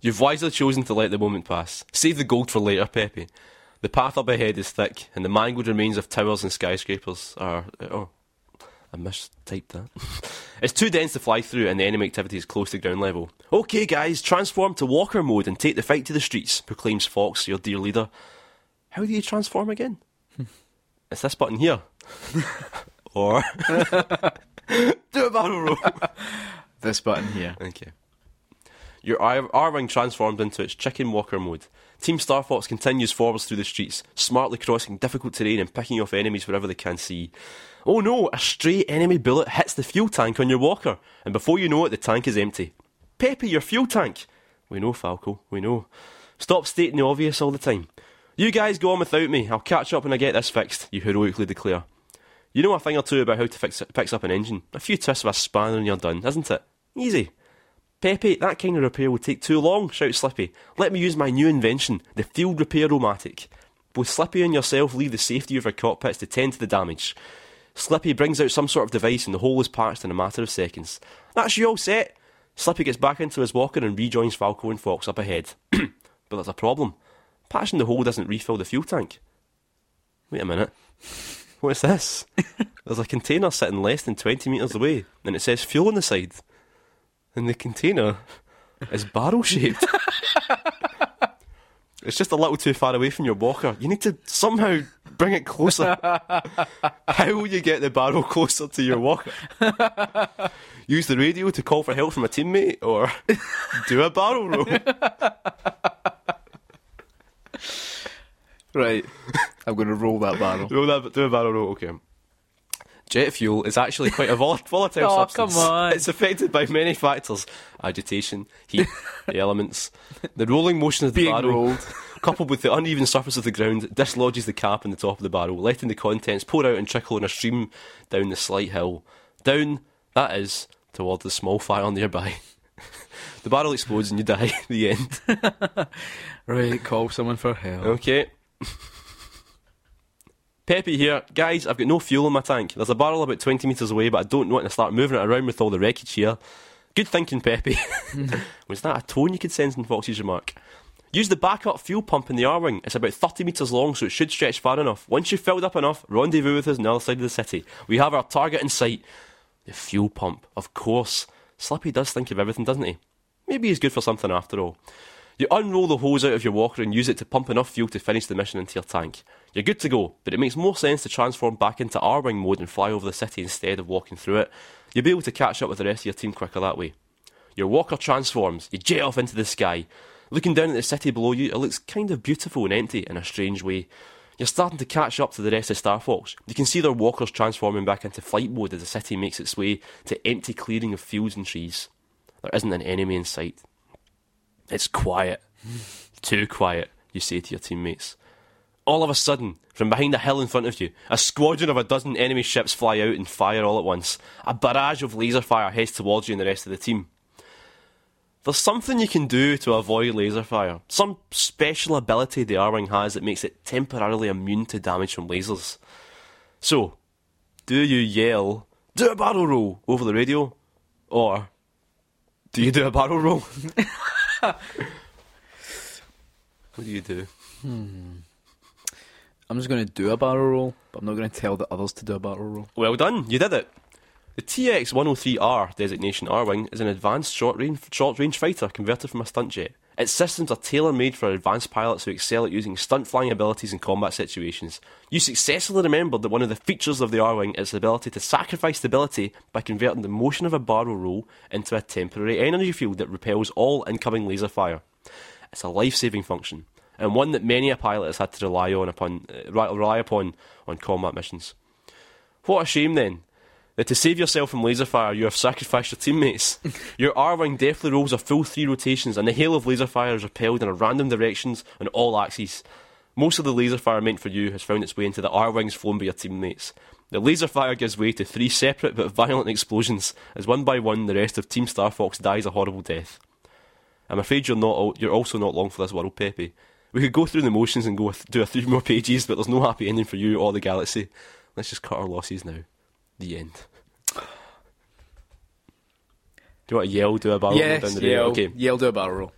You've wisely chosen to let the moment pass. Save the gold for later, Pepe. The path up ahead is thick, and the mangled remains of towers and skyscrapers are. Oh, I mistyped that. it's too dense to fly through, and the enemy activity is close to ground level. Okay, guys, transform to walker mode and take the fight to the streets, proclaims Fox, your dear leader. How do you transform again? it's this button here. or. do a barrel roll.
This button here.
Okay. Your R Wing transformed into its chicken walker mode. Team Star Fox continues forwards through the streets, smartly crossing difficult terrain and picking off enemies wherever they can see. Oh no, a stray enemy bullet hits the fuel tank on your walker, and before you know it, the tank is empty. Pepe, your fuel tank! We know, Falco, we know. Stop stating the obvious all the time. You guys go on without me, I'll catch up when I get this fixed, you heroically declare. You know a thing or two about how to fix, it, fix up an engine. A few twists with a spanner and you're done, isn't it? Easy. Pepe, that kind of repair would take too long, shouts Slippy. Let me use my new invention, the Field Repair Omatic. Both Slippy and yourself leave the safety of your cockpits to tend to the damage. Slippy brings out some sort of device and the hole is patched in a matter of seconds. That's you all set! Slippy gets back into his walker and rejoins Falco and Fox up ahead. but there's a problem. Patching the hole doesn't refill the fuel tank. Wait a minute. What's this? There's a container sitting less than 20 metres away, and it says fuel on the side. And the container is barrel shaped. it's just a little too far away from your walker. You need to somehow bring it closer. How will you get the barrel closer to your walker? Use the radio to call for help from a teammate or do a barrel roll?
Right. I'm gonna roll that barrel.
Roll that, do a barrel roll, okay. Jet fuel is actually quite a vol- volatile
Oh,
substance.
come on.
It's affected by many factors agitation, heat, the elements. The rolling motion of the
Being
barrel,
rolled.
coupled with the uneven surface of the ground, dislodges the cap on the top of the barrel, letting the contents pour out and trickle in a stream down the slight hill. Down, that is, toward the small fire nearby. the barrel explodes and you die. the end.
Right, call someone for help.
Okay. Pepe here. Guys, I've got no fuel in my tank. There's a barrel about 20 metres away, but I don't want to start moving it around with all the wreckage here. Good thinking, Pepe. Was that a tone you could sense in Fox's remark? Use the backup fuel pump in the R Wing. It's about 30 metres long, so it should stretch far enough. Once you've filled up enough, rendezvous with us on the other side of the city. We have our target in sight. The fuel pump, of course. Slippy does think of everything, doesn't he? Maybe he's good for something after all. You unroll the hose out of your walker and use it to pump enough fuel to finish the mission into your tank. You're good to go, but it makes more sense to transform back into R Wing mode and fly over the city instead of walking through it. You'll be able to catch up with the rest of your team quicker that way. Your walker transforms, you jet off into the sky. Looking down at the city below you, it looks kind of beautiful and empty in a strange way. You're starting to catch up to the rest of Star Fox. You can see their walkers transforming back into flight mode as the city makes its way to empty clearing of fields and trees. There isn't an enemy in sight. It's quiet. Too quiet, you say to your teammates. All of a sudden, from behind a hill in front of you, a squadron of a dozen enemy ships fly out and fire all at once. A barrage of laser fire heads towards you and the rest of the team. There's something you can do to avoid laser fire. Some special ability the R-Wing has that makes it temporarily immune to damage from lasers. So, do you yell, do a barrel roll over the radio? Or, do you do a barrel roll? What do you do?
I'm just gonna do a barrel roll, but I'm not gonna tell the others to do a barrel roll.
Well done, you did it. The TX-103R designation R-wing is an advanced short-range short-range fighter converted from a stunt jet. Its systems are tailor-made for advanced pilots who excel at using stunt flying abilities in combat situations. You successfully remembered that one of the features of the R-wing is the ability to sacrifice stability by converting the motion of a barrel roll into a temporary energy field that repels all incoming laser fire. It's a life-saving function and one that many a pilot has had to rely on upon uh, re- rely upon on combat missions. What a shame then that to save yourself from laser fire, you have sacrificed your teammates. your R wing deftly rolls a full three rotations, and the hail of laser fire is repelled in a random directions on all axes. Most of the laser fire meant for you has found its way into the R wings flown by your teammates. The laser fire gives way to three separate but violent explosions, as one by one the rest of Team Star Fox dies a horrible death. I'm afraid you're not. al- You're also not long for this world, Pepe. We could go through the motions and go th- do a three more pages, but there's no happy ending for you or the galaxy. Let's just cut our losses now. The end. Do you want to yell? Oh, Do a barrel roll down
Yes,
the rail?
yell,
Okay.
yell, do a barrel roll.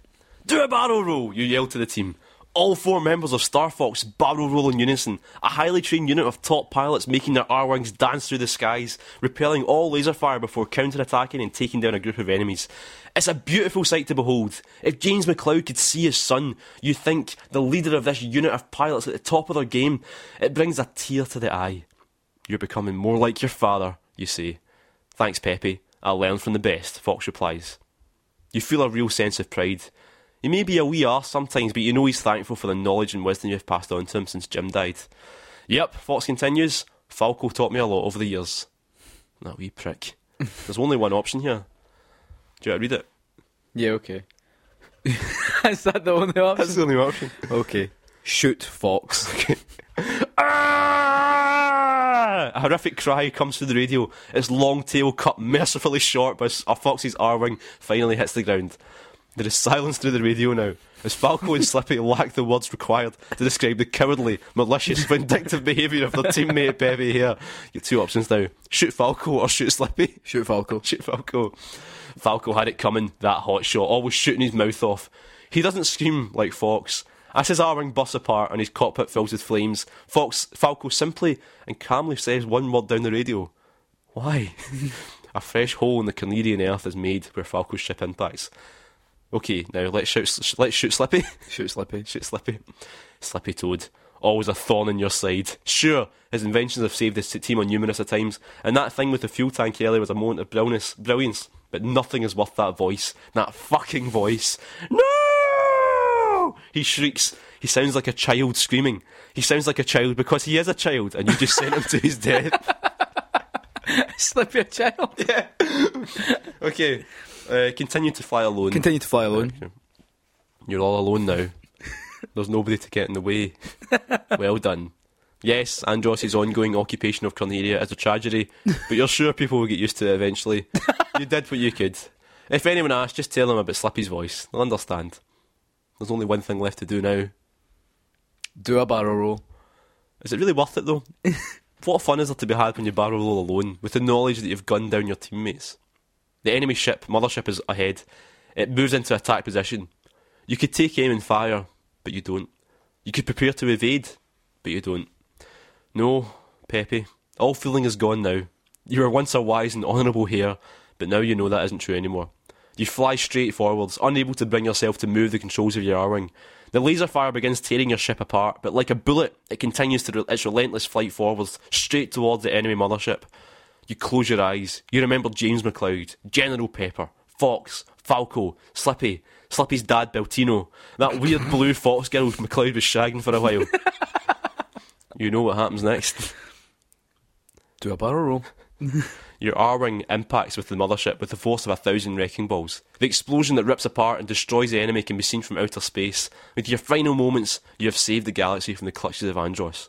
Do a barrel roll! You yell to the team. All four members of Star Fox barrel roll in unison, a highly trained unit of top pilots making their R Wings dance through the skies, repelling all laser fire before counter attacking and taking down a group of enemies. It's a beautiful sight to behold. If James McLeod could see his son, you'd think the leader of this unit of pilots at the top of their game. It brings a tear to the eye. You're becoming more like your father, you say. Thanks, Pepe. I'll learn from the best, Fox replies. You feel a real sense of pride. You may be a wee arse sometimes, but you know he's thankful for the knowledge and wisdom you've passed on to him since Jim died. Yep, Fox continues. Falco taught me a lot over the years. That wee prick. There's only one option here. Do you want to read it?
Yeah, okay. Is that the only option?
the only option.
Okay. Shoot fox.
Ah! A horrific cry comes through the radio. Its long tail cut mercifully short by s- a fox's R wing finally hits the ground. There is silence through the radio now, as Falco and Slippy lack the words required to describe the cowardly, malicious, vindictive behaviour of their teammate Bevy here. You have two options now shoot Falco or shoot Slippy.
Shoot Falco.
Shoot Falco. Falco had it coming, that hot shot, always shooting his mouth off. He doesn't scream like Fox. As his R-wing busts apart and his cockpit fills with flames, Fox Falco simply and calmly says one word down the radio. Why? A fresh hole in the Canadian earth is made where Falco's ship impacts. Okay, now let's shout, sh- let's shoot Slippy.
Shoot Slippy.
Shit, Slippy. Slippy Toad. Always a thorn in your side. Sure, his inventions have saved his team on numerous a times, and that thing with the fuel tank earlier was a moment of brilliance, brilliance. But nothing is worth that voice. That fucking voice. No! He shrieks. He sounds like a child screaming. He sounds like a child because he is a child, and you just sent him to his death.
Slippy a child.
Okay. Uh, continue to fly alone.
Continue to fly alone.
You're all alone now. There's nobody to get in the way. well done. Yes, Andros' ongoing occupation of Cornelia is a tragedy, but you're sure people will get used to it eventually. you did what you could. If anyone asks, just tell them about Slippy's voice. They'll understand. There's only one thing left to do now.
Do a barrel roll.
Is it really worth it though? what fun is there to be had when you barrel roll alone, with the knowledge that you've gunned down your teammates? The enemy ship, Mothership, is ahead. It moves into attack position. You could take aim and fire, but you don't. You could prepare to evade, but you don't. No, Pepe, all feeling is gone now. You were once a wise and honourable hare, but now you know that isn't true anymore. You fly straight forwards, unable to bring yourself to move the controls of your R-wing. The laser fire begins tearing your ship apart, but like a bullet, it continues to re- its relentless flight forwards, straight towards the enemy mothership. You close your eyes. You remember James McLeod, General Pepper, Fox, Falco, Slippy, Slippy's dad, Beltino, that weird blue fox girl McLeod was shagging for a while. you know what happens next.
Do a barrel roll.
Your R Wing impacts with the mothership with the force of a thousand wrecking balls. The explosion that rips apart and destroys the enemy can be seen from outer space. With your final moments, you have saved the galaxy from the clutches of Andros.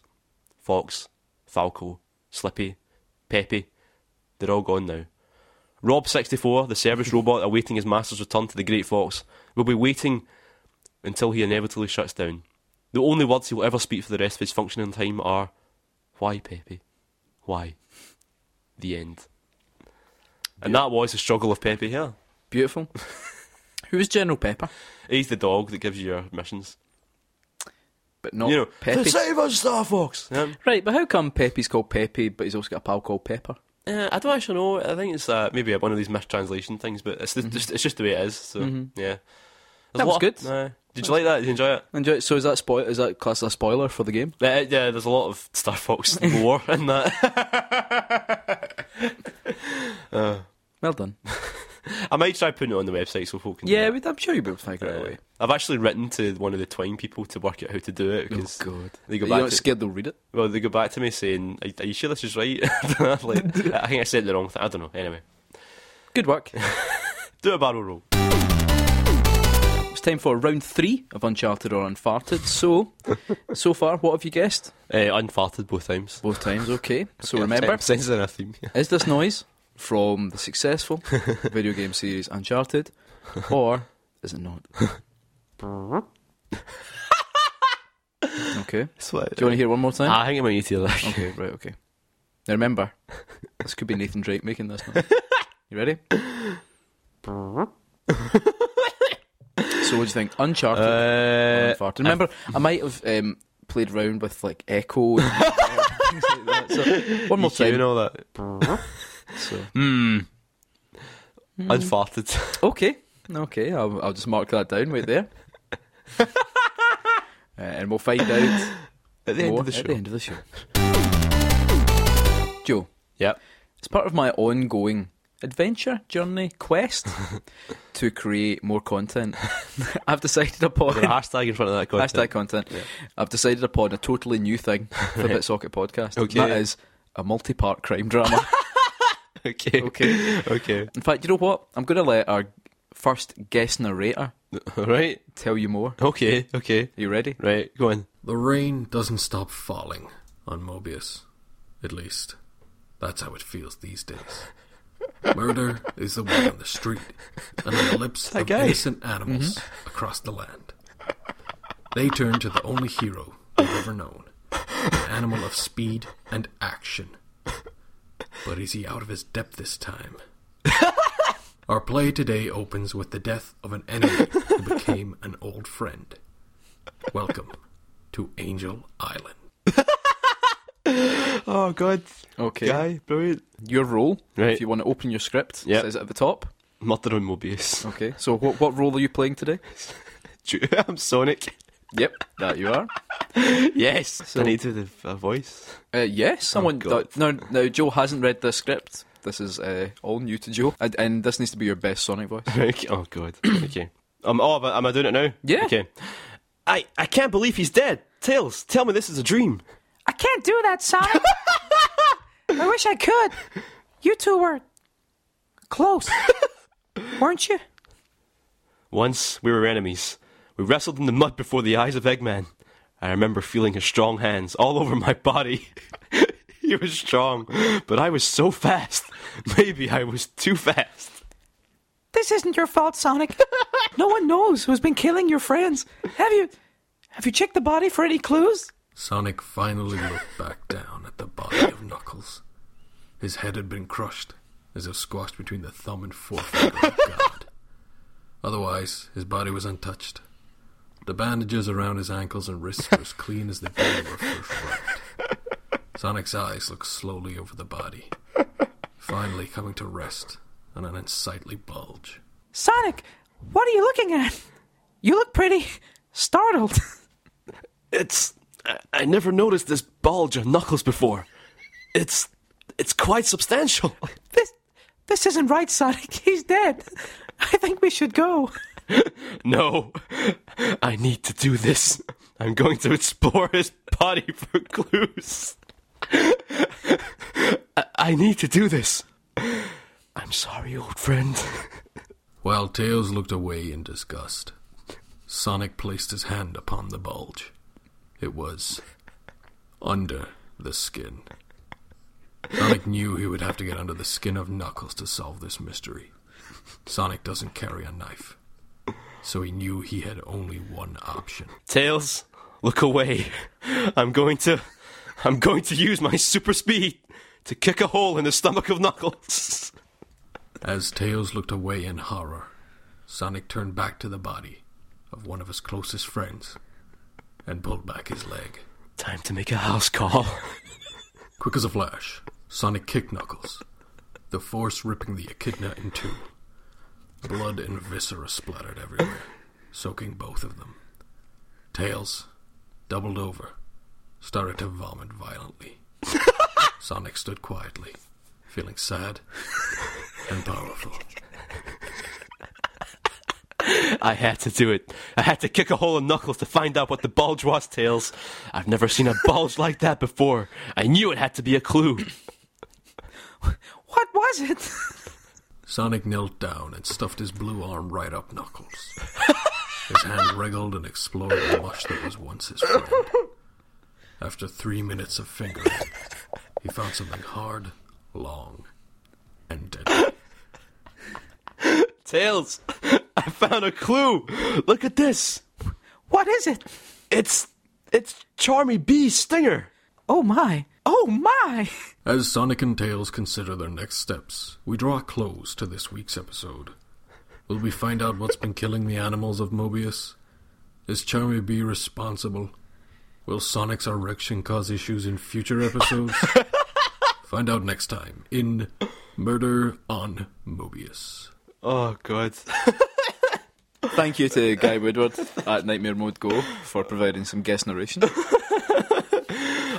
Fox, Falco, Slippy, Pepe, they're all gone now. Rob64, the service robot awaiting his master's return to the Great Fox, will be waiting until he inevitably shuts down. The only words he will ever speak for the rest of his functioning time are, Why, Pepe? Why? The end. And that was the struggle of Pepe here.
Beautiful. Who's General Pepper?
He's the dog that gives you your missions.
But not
you know,
Peppy.
to save us, Star Fox. Yeah.
Right, but how come Peppy's called Peppy, but he's also got a pal called Pepper?
Uh, I don't actually know. I think it's uh, maybe one of these mistranslation things, but it's just, just- it's just the way it is. So yeah, There's a
That was
lot-
good.
no. did you like that? Did you enjoy it?
Enjoy. So is that spoil? Is that class a spoiler for the game?
Uh, yeah, there's a lot of Star Fox lore in that.
Well done.
I might try putting it on the website so folk can.
Yeah,
do
we- I'm sure you'll be able to figure
it.
it out.
Uh,
a way.
I've actually written to one of the Twine people to work out how to do it because
oh, God.
they go
You're
back.
not
to,
scared they'll read it?
well, they go back to me saying, "Are, are you sure this is right?" like, I think I said the wrong thing. I don't know. Anyway,
Good work.
do a barrel roll.
it's time for round three of Uncharted or Unfarted. So, so far, what have you guessed?
Uh, unfarted both times.
Both times, okay. So remember,
I'm sensing a theme.
is this noise from the successful video game series Uncharted, or is it not? okay. Do you want to hear one more time?
I think I might need to hear that.
Okay, right, okay. Now remember, this could be Nathan Drake making this noise. You ready? so what do you think? Uncharted.
Uh,
Uncharted. Remember, I might have um, played around with like echo and things like that. So, one more
EQ and
time.
all that.
So.
Hmm. Unfarted.
Okay, okay, I'll, I'll just mark that down right there. Uh, and we'll find out
At the end
more
of the show.
at the end of the show. Joe,
Yep.
It's part of my ongoing adventure, journey, quest to create more content. I've decided
Put a
upon
hashtag in front of that content.
hashtag content.
Yeah.
I've decided upon a totally new thing for the Bitsocket podcast.
Okay.
That is a multi-part crime drama.
Okay.
Okay.
Okay.
In fact, you know what? I'm going to let our first guest narrator
Right.
tell you more.
Okay. Okay.
Are you ready?
Right. Go on.
The rain doesn't stop falling on Mobius. At least, that's how it feels these days. Murder is the word on the street, and on the lips of
guy.
innocent animals across the land. They turn to the only hero they've ever known an animal of speed and action. But is he out of his depth this time? Our play today opens with the death of an enemy who became an old friend. Welcome to Angel Island.
Oh God.
Okay.
Guy. Brilliant.
Your role,
Right.
if you want to open your script,
Yep.
says it at the top.
Murder on Mobius.
Okay. So what, what role are you playing today?
I'm Sonic.
Yep, that you are.
Yes.
So-
I needed a, a voice.
Uh, yes, someone.
God.
no, no. Joe hasn't read the script. This is uh, all new to Joe, and, and this needs to be your best Sonic voice.
Okay. Oh God. okay. Um. Oh, am I- am I doing it now?
Yeah.
Okay. I I can't believe he's dead. Tails, tell me this is a dream.
I can't do that, Sonic. I wish I could. You two were close, weren't you?
Once we were enemies. We wrestled in the mud before the eyes of Eggman. I remember feeling his strong hands all over my body. he was strong, but I was so fast. Maybe I was too fast.
This isn't your fault, Sonic. No one knows who's been killing your friends. Have you have you checked the body for any clues?
Sonic finally looked back down at the body of Knuckles. His head had been crushed, as if squashed between the thumb and forefinger of God. Otherwise, his body was untouched. The bandages around his ankles and wrists were as clean as the day they were first wrapped. Sonic's eyes looked slowly over the body, finally coming to rest on an unsightly bulge.
Sonic, what are you looking at? You look pretty startled.
It's. I, I never noticed this bulge of knuckles before. It's. It's quite substantial.
This this isn't right, Sonic. He's dead. I think we should go.
No, I need to do this. I'm going to explore his body for clues. I, I need to do this. I'm sorry, old friend.
While Tails looked away in disgust, Sonic placed his hand upon the bulge. It was under the skin. Sonic knew he would have to get under the skin of Knuckles to solve this mystery. Sonic doesn't carry a knife, so he knew he had only one option.
Tails, look away. I'm going to. I'm going to use my super speed to kick a hole in the stomach of Knuckles.
As Tails looked away in horror, Sonic turned back to the body of one of his closest friends and pulled back his leg.
Time to make a house call.
Quick as a flash, Sonic kicked Knuckles, the force ripping the echidna in two. Blood and viscera splattered everywhere, soaking both of them. Tails, doubled over, started to vomit violently. Sonic stood quietly, feeling sad and powerful.
I had to do it. I had to kick a hole in Knuckles to find out what the bulge was, Tails. I've never seen a bulge like that before. I knew it had to be a clue.
What was it?
Sonic knelt down and stuffed his blue arm right up Knuckles. His hand wriggled and explored the mush that was once his friend. After three minutes of fingering, he found something hard, long, and deadly.
Tails, I found a clue. Look at this.
What is it?
It's it's Charmy B's stinger.
Oh my. Oh my.
As Sonic and Tails consider their next steps, we draw a close to this week's episode. Will we find out what's been killing the animals of Mobius? Is Charmy B responsible? Will Sonic's erection cause issues in future episodes? find out next time in Murder on Mobius.
Oh god.
Thank you to Guy Woodward at Nightmare Mode Go for providing some guest narration.
I'm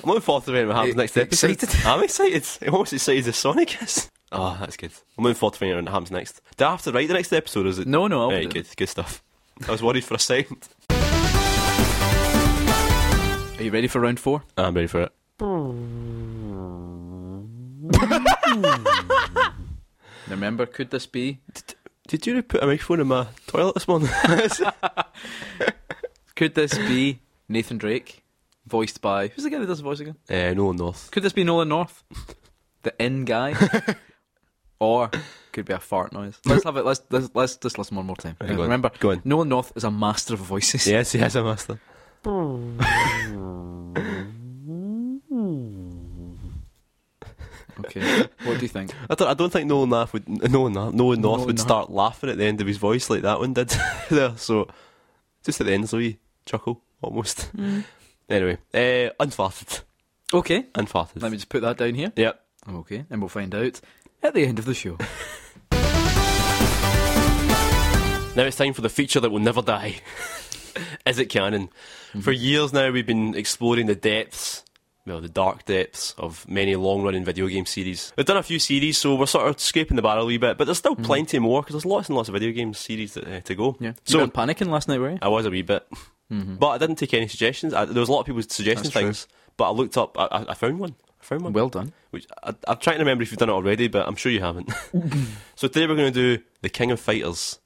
looking forward to finding what happens
E-
next episode.
excited?
I'm Eh, excited. I'm almost excited as Sonic is. Oh, that's good. I'm looking forward to finding out what happens next. Do I have to write the next episode? Or is it
No, no, I'll
Right,
do it.
good, good stuff. I was worried for a second.
Are you ready for round four?
I'm ready for it.
Now Remember, could this be?
Did you put a microphone in my toilet this morning?
Could this be Nathan Drake, voiced by who's the guy that does the voice again?
Eh, no, North.
Could this be Nolan North, the in guy, or could be a fart noise? Let's have it. Let's let's, let's just listen one more time.
Right, go on.
Remember,
Go on.
Nolan North is a master of voices.
Yes, yes, I must have.
Okay. What do you think?
I don't, I don't think Nolan North would Nolan, North- Nolan North
Nolan
would
North.
start laughing at the end of his voice like that one did there. So just at the end, so he chuckle almost.
Mm.
Anyway, uh, unfarted,
Okay.
unfarted.
Let me just put that down here.
Yep.
Okay, and we'll find out at the end of the show.
Now it's time for the feature that will never die. Is it canon?
Mm-hmm.
For years now, we've been exploring the depths, well, the dark depths of many long running video game series. We've done a few series, so we're sort of scraping the barrel a wee bit, but there's still plenty more because there's lots and lots of video game series that, uh, to go.
Mm-hmm. Yeah.
So
So you weren't panicking last night, were you?
I was a wee bit, but I didn't take any suggestions. I, there was a lot of people suggesting
That's true.
things, but I looked up. I, I, I found one. I found
Uh,
one.
Well done.
Which I, I'm trying to remember if you've done it already, but I'm sure you haven't. so today we're going to do the King of Fighters.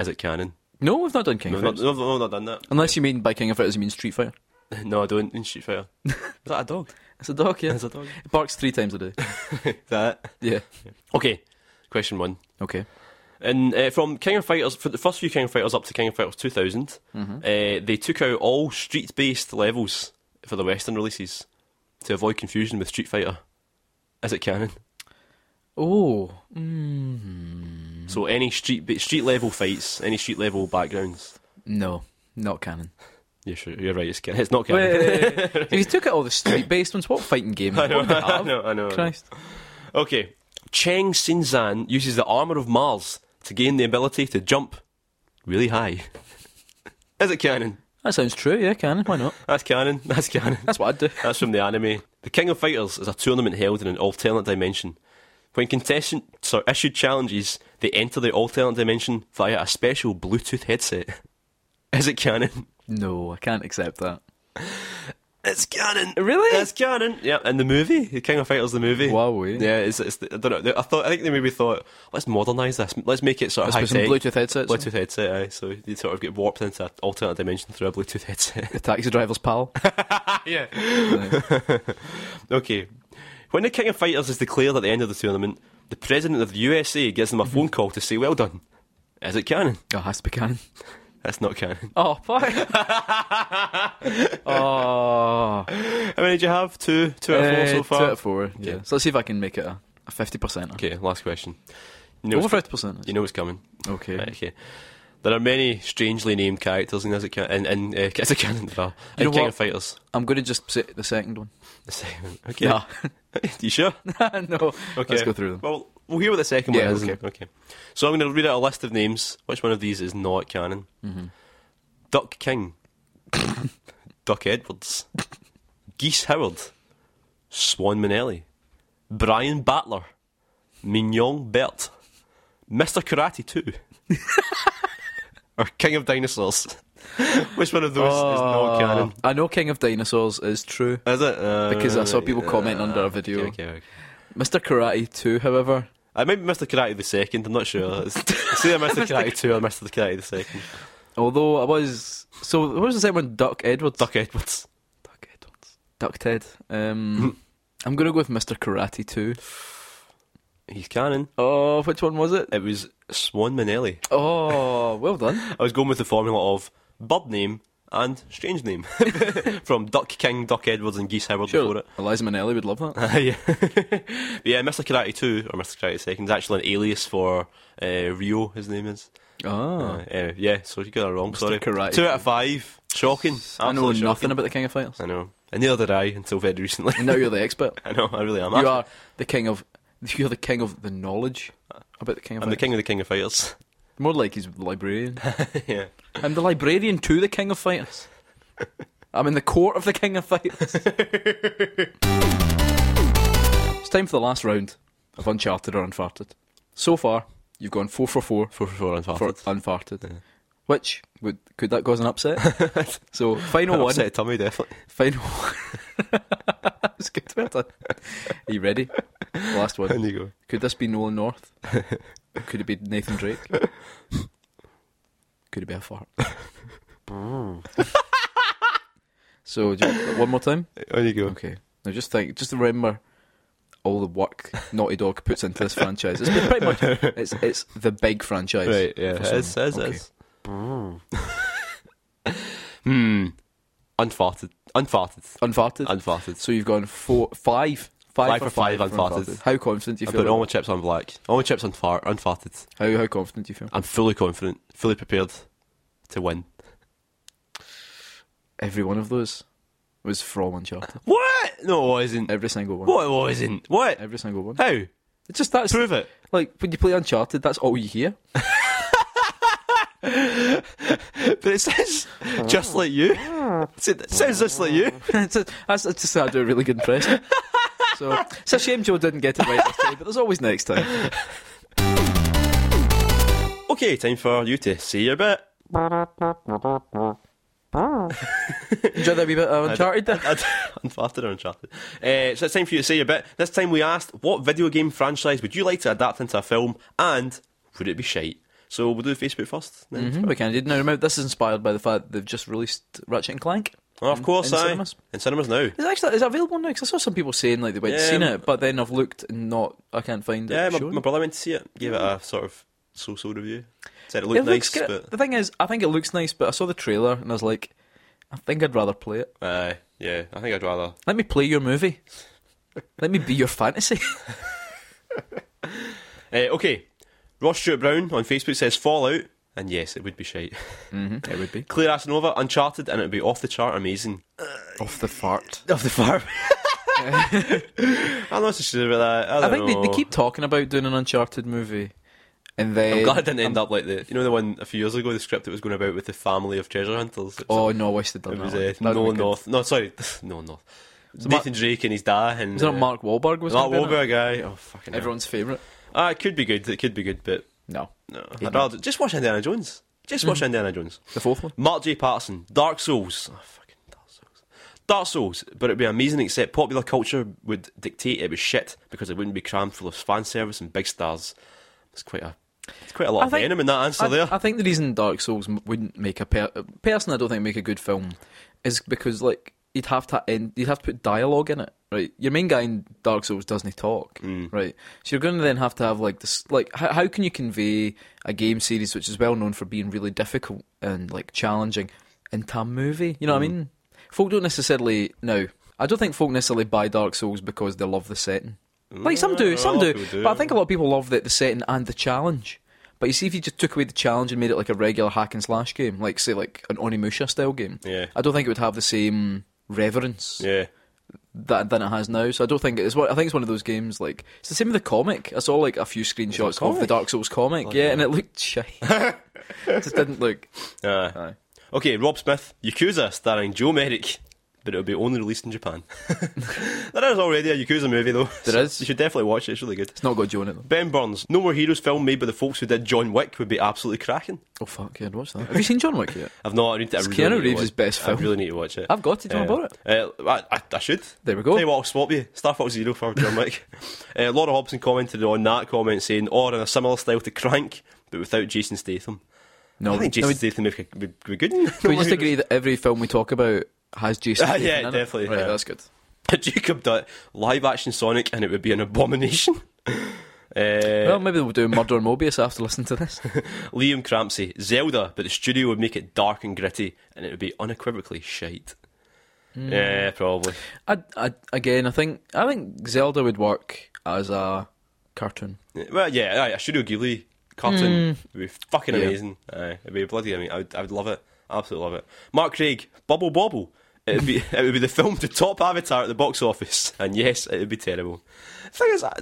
Is it canon?
No, we've not done King
No,
of
no,
Fighters.
no, no, I've not done that.
Unless you mean by King of Fighters, you mean Street Fighter.
No, I don't. In Street Fighter. Is that a dog?
It's a dog, yeah.
Is that a dog?
It barks three times a day.
Is that it?
Yeah.
Okay, question one.
Okay.
And uh, from King of Fighters, for the first few King of Fighters up to King of Fighters 2000, uh, they took out all street based levels for the Western releases to avoid confusion with Street Fighter. Is it canon?
Oh. Mm.
So any street ba- street level fights, any street level backgrounds.
No, not canon.
Yeah, sure, you're right. It's canon. It's not canon.
Wait, if you took out all the street based ones, what fighting game?
I know,
would they
I
have?
know, I know. I know.
Christ.
Okay. Cheng Sinzan uses the armour of Mars to gain the ability to jump really high. Is it canon?
That sounds true, yeah, canon. Why not?
That's canon. That's canon.
That's what I'd do.
That's from the anime. The King of Fighters is a tournament held in an alternate dimension. When contestants are issued challenges, they enter the alternate dimension via a special Bluetooth headset. Is it canon?
No, I can't accept that.
It's canon.
Really?
It's canon. Yeah, and the movie, the King of Fighters, the movie.
Wow, eh?
Yeah, it's, it's I don't know. I thought I think they maybe thought let's modernise this. Let's make it sort of
Let's
high
put some
tech.
Bluetooth headsets.
Bluetooth headset. Aye, so you sort of get warped into an alternate dimension through a Bluetooth headset.
The taxi driver's pal. Oh,
yeah.
Nice.
Okay. When the King of Fighters is declared at the end of the tournament, the president of the USA gives them a phone call to say, "Well done." Is it canon?
oh, has to be canon.
That's not canon.
Oh, fuck. oh.
How many do you have? Two, two out of four
Uh,
so
Two
far.
out of four, yeah.
Okay.
So let's see if I can make it a, a 50%.
Okay, last question. You know,
Over
what's,
50%.
you know what's coming.
Okay.
Right, okay. There are many strangely named characters in as it can in, in uh, as it can in, in
You know
King
what?
of Fighters.
I'm going to just say the second one.
The same. Okay.
Yeah.
you sure?
no.
Okay.
Let's go through them.
Well, We'll hear what the second one
Yeah,
is.
okay.
okay. So I'm going to read out a list of names. Which one of these is not canon?
Mm-hmm.
Duck King, Duck Edwards, Geese Howard, Swan Manelli, Brian Battler, Mignon Bert, Mr. Karate 2, or King of Dinosaurs. Which one of those is
Oh.
not canon?
I know King of Dinosaurs is true.
Is it? Uh,
Because I saw people comment under our
okay,
video.
okay, okay.
Mr. Karate 2, however.
I might be Mr. Karate the second. I'm not sure. It's, it's either Mr. Karate two or Mr. Karate the second.
Although I was. So, what was the second one? Duck Edwards?
Duck Edwards. Duck Edwards. Hmm.
Duck Ted. Um, I'm going to go with Mr. Karate 2.
He's canon.
Oh, which one was it?
It was Swan Manelli.
Oh, well done.
I was going with the formula of bird name and strange name from Duck King, Duck Edwards, and Geese Howard before
Sure.
it. Ah,
Eliza Minnelli would love that.
yeah. But yeah, Mr. Karate two or Mr. Karate second is actually an alias for uh, Rio. His name is.
Oh.
Uh, anyway, yeah, so you got it wrong. Sorry.
Karate
Two out of five. Shocking.
I know
Absolutely
nothing
shocking.
about the King of Fighters.
I know. And neither did I until very recently.
And now you're the expert.
I know, I really am.
You are the king of. You're the king of the knowledge about the king of.
I'm the
Fighters.
king of the king of fighters.
More like he's the librarian.
yeah.
I'm the librarian to the king of fighters. I'm in the court of the king of fighters. it's time for the last round of Uncharted or Unfarted. So far, you've gone four for four
Four for four and half.
for Unfarted, which would could that cause an upset? so final one.
Upset tummy, definitely.
Final one. That's good. Well done. Are you ready? Last one.
There you go.
Could this be Nolan North? Could it be Nathan Drake? Could it be a fart? so, do you, one more time?
There you go.
Okay. Now just think, just remember all the work Naughty Dog puts into this franchise. It's pretty much, it's, it's the big franchise.
Right, yeah.
For
It
some-
is, it is, it
okay.
is. hmm. Unfarted. Unfarted.
Unfarted.
Unfarted.
so you've gone four, five. Five,
Five
for
for five
for
Unfarted.
How confident do you
I
feel?
put all my
about-
chips on black. All my chips on fart. Unfarted.
How, how confident do you feel?
I'm fully confident, fully prepared to win.
Every one of those was from Uncharted.
What? No, it wasn't.
Every single one.
What? It wasn't. What?
Every single one.
How?
It's just that's
Prove it.
like when you play Uncharted, that's all you hear.
But it says just like you. It says just like you.
It's a- that's, that's just how I do a really good impression. so it's a shame Joe didn't get it right this time, but there's always next time.
Okay, time for you to say your bit.
Enjoy that wee bit of Uncharted. There.
Uncharted or Uncharted. Uh, so it's time for you to say a bit. This time we asked, what video game franchise would you like to adapt into a film, and would it be shite? So we'll do Facebook first. Then.
Mhm, we can do. Now remember, this is inspired by the fact that they've just released Ratchet and Clank.
Oh, of
in-
course,
in
aye.
cinemas.
In cinemas now.
Is it actually is it available now? 'Cause I saw some people saying like they went
Yeah,
and seen
m-
it, but then I've looked and not I can't find
Yeah,
it.
my,
showing.
my brother went to see it. Gave it a sort of so-so review. Said it
it
looked
looks good.
nice, but
The thing is, I think it looks nice, but I saw the trailer and I was like, I think I'd rather play it.
aye, yeah, I think I'd rather.
Let me play your movie. Let me be your fantasy.
Uh, okay, Ross Stewart Brown on Facebook says Fallout, and yes, it would be shite. Hmm,
it would be
Claire Asanova, Uncharted, and it would be off the chart amazing.
off the fart.
Of the farm. I'm not so sure about that. I,
I
don't
think they, they
know.
keep talking about doing an Uncharted movie, and then
I'm glad it Oh, didn't
Um,
end up like the you know the one a few years ago the script that was going about with the family of treasure hunters. It was,
oh no, I wish they'd
it
done
was
that.
uh,
one. That'd
Nolan
be good.
North. No, sorry, Nolan North.
Mark-
Nathan Drake and his dad and
Was that
uh,
Mark Wahlberg? Was
Mark
gonna be in it?
Wahlberg guy. Oh fucking hell.
Everyone's favorite.
Ah, it could be good. It could be good, but
No, Mm.
no.
Yeah.
I'd rather just watch Indiana Jones. Just watch Indiana Jones.
the fourth one.
Mark J. Patterson, Dark Souls. Oh, fucking Dark Souls. Dark Souls, but it'd be amazing except popular culture would dictate it was shit because it wouldn't be crammed full of fan service and big stars. It's quite a, it's quite a lot
I
of
think-
venom in that answer
I,
there.
I think the reason Dark Souls m- wouldn't make a per- person, I don't think, make a good film, is because like you'd have to end, you'd have to put dialogue in it, right? Your main guy in Dark Souls doesn't talk,
Mm.
right? So you're going to then have to have like this, like how, how can you convey a game series which is well known for being really difficult and like challenging into a movie? You know
Mm.
what I mean? Folk don't necessarily no. I don't think folk necessarily buy Dark Souls because they love the setting. Like some do,
a
some
lot
do,
of people do.
but I think a lot of people love the, the setting and the challenge. But you see, if you just took away the challenge and made it like a regular hack and slash game, like say like an Onimusha style game,
Yeah.
I don't think it would have the same reverence
yeah.
that than it has now. So I don't think it's what I think it's one of those games. Like it's the same with the comic. I saw like a few screenshots of the
comic?
Dark Souls comic, yeah, and it looked shit. just didn't look.
Aye.
Aye.
Okay, Rob Smith, Yakuza, starring Joe Merrick, but it'll be only released in Japan. there is already a Yakuza movie though.
There
so
is.
You should definitely watch it. It's really good.
It's not got Joe in it though.
Ben Burns, No More Heroes film made by the folks who did John Wick would be absolutely cracking.
Oh fuck, yeah, I'd watch that. Have you seen John Wick yet?
I've not. I need to. I
It's
really
Keanu
need to
Reeves'
watch-
best film.
I really need to watch it.
I've got it. Do you want to borrow it?
Uh, I, I, I should.
There we go.
Tell you what, I'll swap you. Star Fox Zero for John Wick. uh, Laura Hobson commented on that comment saying, or in a similar style to Crank, but without Jason Statham.
No,
I think
no,
Jason Statham would be, would be good. in
Can we
No
just
More
agree that every film we talk about has Jason?
Ah,
Statham
yeah,
in it?
definitely,
Right,
yeah.
that's good.
Heroes. Jacob Dutt, live action Sonic, and it would be an abomination. Uh,
Well, maybe we'll do Murder on Mobius after listening to this.
Liam Cramsey, Zelda, but the studio would make it dark and gritty, and it would be unequivocally shite.
Hmm.
Yeah, probably.
I, I, again, I think I think Zelda would work as a cartoon.
Well, yeah, aye, a Studio Ghibli cartoon would be fucking
Yeah.
amazing. Aye, it'd be bloody amazing. I would, I would love it. Absolutely love it. Mark Craig, Bubble Bobble. It'd be, it would be the film to top Avatar at the box office. And yes, it would be terrible. Thing is, I-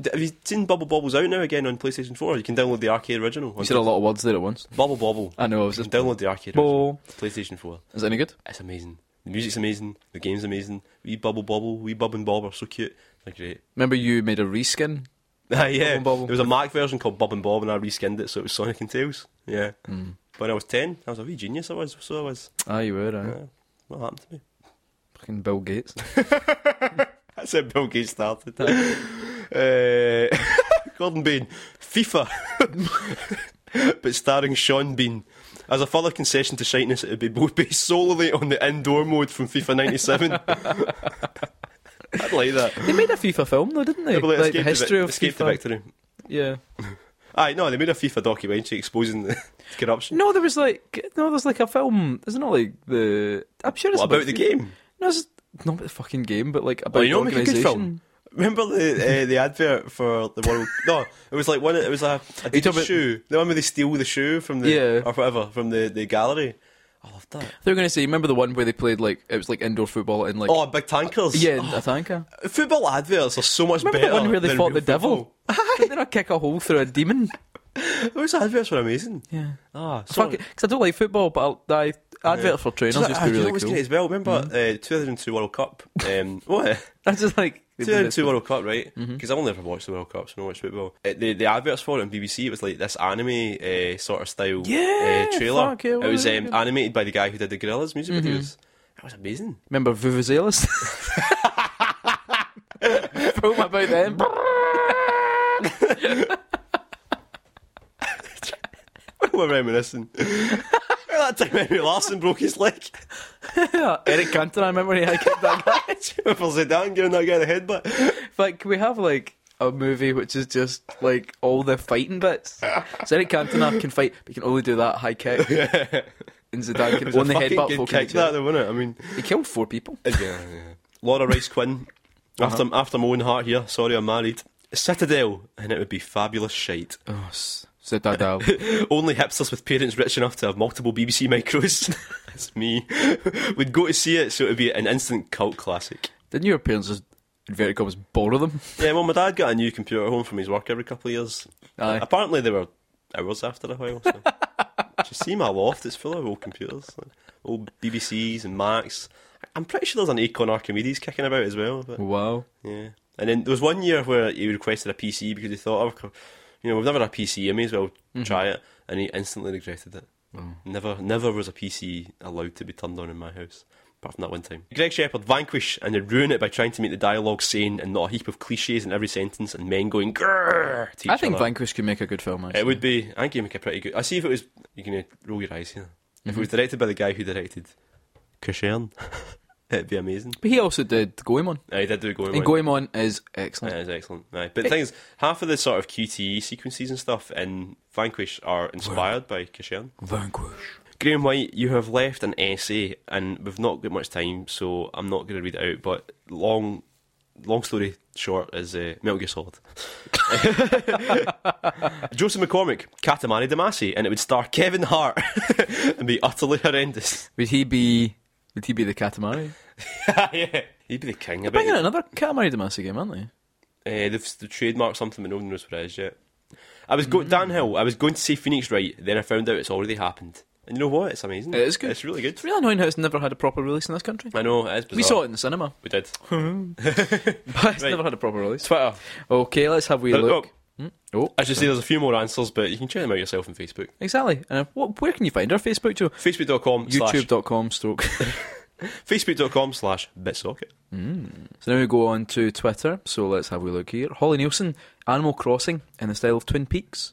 d- have you seen Bubble Bobble's out now again on PlayStation 4? You can download the arcade original.
You said a lot of words there at once.
Bubble Bobble.
I know, I was
You can
just
download the arcade
Bubble.
original. PlayStation 4.
Is that any good?
It's amazing. The music's amazing. The game's amazing. We Bubble Bobble, we Bub and Bob are so cute. They're great.
Remember you made a reskin?
Ah, yeah.
and Bobble.
There was a Mac version called Bob and Bob, and I reskinned it so it was Sonic and Tails. Yeah. Mm. When I was 10, I was a wee genius, I was. So I was.
Ah, you were. Aye.
Yeah. What happened to me?
Fucking Bill Gates.
That's how Bill Gates started. uh, Gordon Bain, FIFA, but starring Sean Bean. As a further concession to shyness, it would be both based solely on the indoor mode from FIFA 97. I'd like that.
they made a FIFA film though, didn't they?
Yeah, but like
like the
Escape the Vic-
history of
Escape the
FIFA.
Victory.
yeah.
Aye, no, they made a FIFA documentary exposing the corruption.
No, there was like no, there's like a film. There's not like the. I'm sure it's
What about
like
the game?
No, it's not about the fucking game, but like about
Well, you know,
the
what make a good
organisation.
film. Remember the uh, the advert for the World? No, it was like one. It was a, a
You talking
Adidas
about-
shoe. The one where they steal the shoe from the
Yeah.
or whatever from the, the gallery. I loved that.
They were going to say, remember the one where they played like it was like indoor football and like
Oh, big tankers. Oh,
yeah, and a tanker.
football adverts are so much
Remember
better.
the one where they
than
fought the
real
devil? Didn't they not kick a hole through a demon?
football. Those adverts were amazing.
Yeah.
Ah, so
Fuck it, because I don't like football, but I'll, I advert for trainers
So,
used
uh,
to
you
be
know what
really
was
cool. Mm-hmm.
great as well. Remember uh, 2002 World Cup. Um, what?
I just like
2002 World Cup, right? Because
Mm-hmm.
I've only ever watched the World Cups when I watch football. Uh, the, the adverts for it on BBC, it was like this anime uh, sort of style
Yeah,
uh, trailer.
fuck, yeah, Mm-hmm.
it was
really
um,
good.
animated by the guy who did the Gorillaz music videos. That was amazing.
Remember Vuvuzelas? Film about them.
We're reminiscing. that time Henry Larson broke his leg.
Eric Cantona, I remember he had kicked that guy.
For Zidane giving that guy the headbutt.
Like, can we have like a movie which is just like all the fighting bits? So Eric Cantona can fight, but he can only do that high kick. And Zidane
It
can
was a
only
fucking
headbutt
good
folk
kick
kick
that, though, wasn't it? I mean,
He killed four people.
yeah, yeah. Laura Rice Quinn.
Uh-huh.
After, after my own heart here, sorry I'm married. Citadel, and it would be fabulous shite.
Oh, Zidane.
Only hipsters with parents rich enough to have multiple BBC micros. That's me. Would go to see it, so it'd be an instant cult classic.
Didn't your parents just inverted commas borrow them?
Yeah, well, my dad got a new computer home from his work every couple of years.
Aye.
Apparently, they were hours after a while. So. Did you see my loft? It's full of old computers, like old BBCs and Macs. I'm pretty sure there's an Acorn Archimedes kicking about as well. But
Wow.
yeah, and then there was one year where he requested a PC because he thought, oh, you know, we've never had a PC. I may as well
Mm-hmm.
try it, and he instantly regretted it.
Oh.
Never, never was a PC allowed to be turned on in my house, apart from that one time. Greg Shepard vanquish and then ruin it by trying to make the dialogue sane and not a heap of cliches in every sentence and men going grrr. to
I
each
think
other.
Vanquish could make a good film. Actually.
It would be. I think you make a pretty good. I see if it was. You're gonna roll your eyes here. If it
Mm-hmm.
was directed by the guy who directed Cushern, it'd be amazing.
But he also did Goemon.
I did do going.
And Goemon is excellent.
Yeah, it's excellent. Aye. But the thing is, half of the sort of QTE sequences and stuff in Vanquish are inspired by Kishan.
Vanquish.
Graham White, you have left an essay, and we've not got much time, so I'm not going to read it out. But long, long story short is uh, Metal Gear Solid. Joseph McCormick, Katamari Damacy, and it would star Kevin Hart and be utterly horrendous.
Would he be? Would he be the Katamari?
yeah. He'd be the king. I bet
Bringing
he-
out another Katamari Damacy game, aren't they?
Uh, they've, they've trademarked something, but no one knows what it is yet. I was go- Dan Hill. I was going to say Phoenix Wright, then I found out it's already happened. And you know what? It's amazing.
It is good.
It's really good.
It's really annoying how it's never had a proper release in this country.
I know. It is bizarre.
We saw it in the cinema,
We did.
but it's
Right.
never had a proper release.
Twitter.
Okay, let's have a wee
There-
look.
oh,
Oh,
I should say there's a few more answers, but you can check them out yourself on Facebook.
exactly. And if- what, where can you find our Facebook, Joe?
Facebook.com slash
YouTube.com stroke.
Facebook.com slash Bitsocket.
so now we go on to Twitter. So let's have a wee look here. Holly Nielsen, Animal Crossing in the style of Twin Peaks.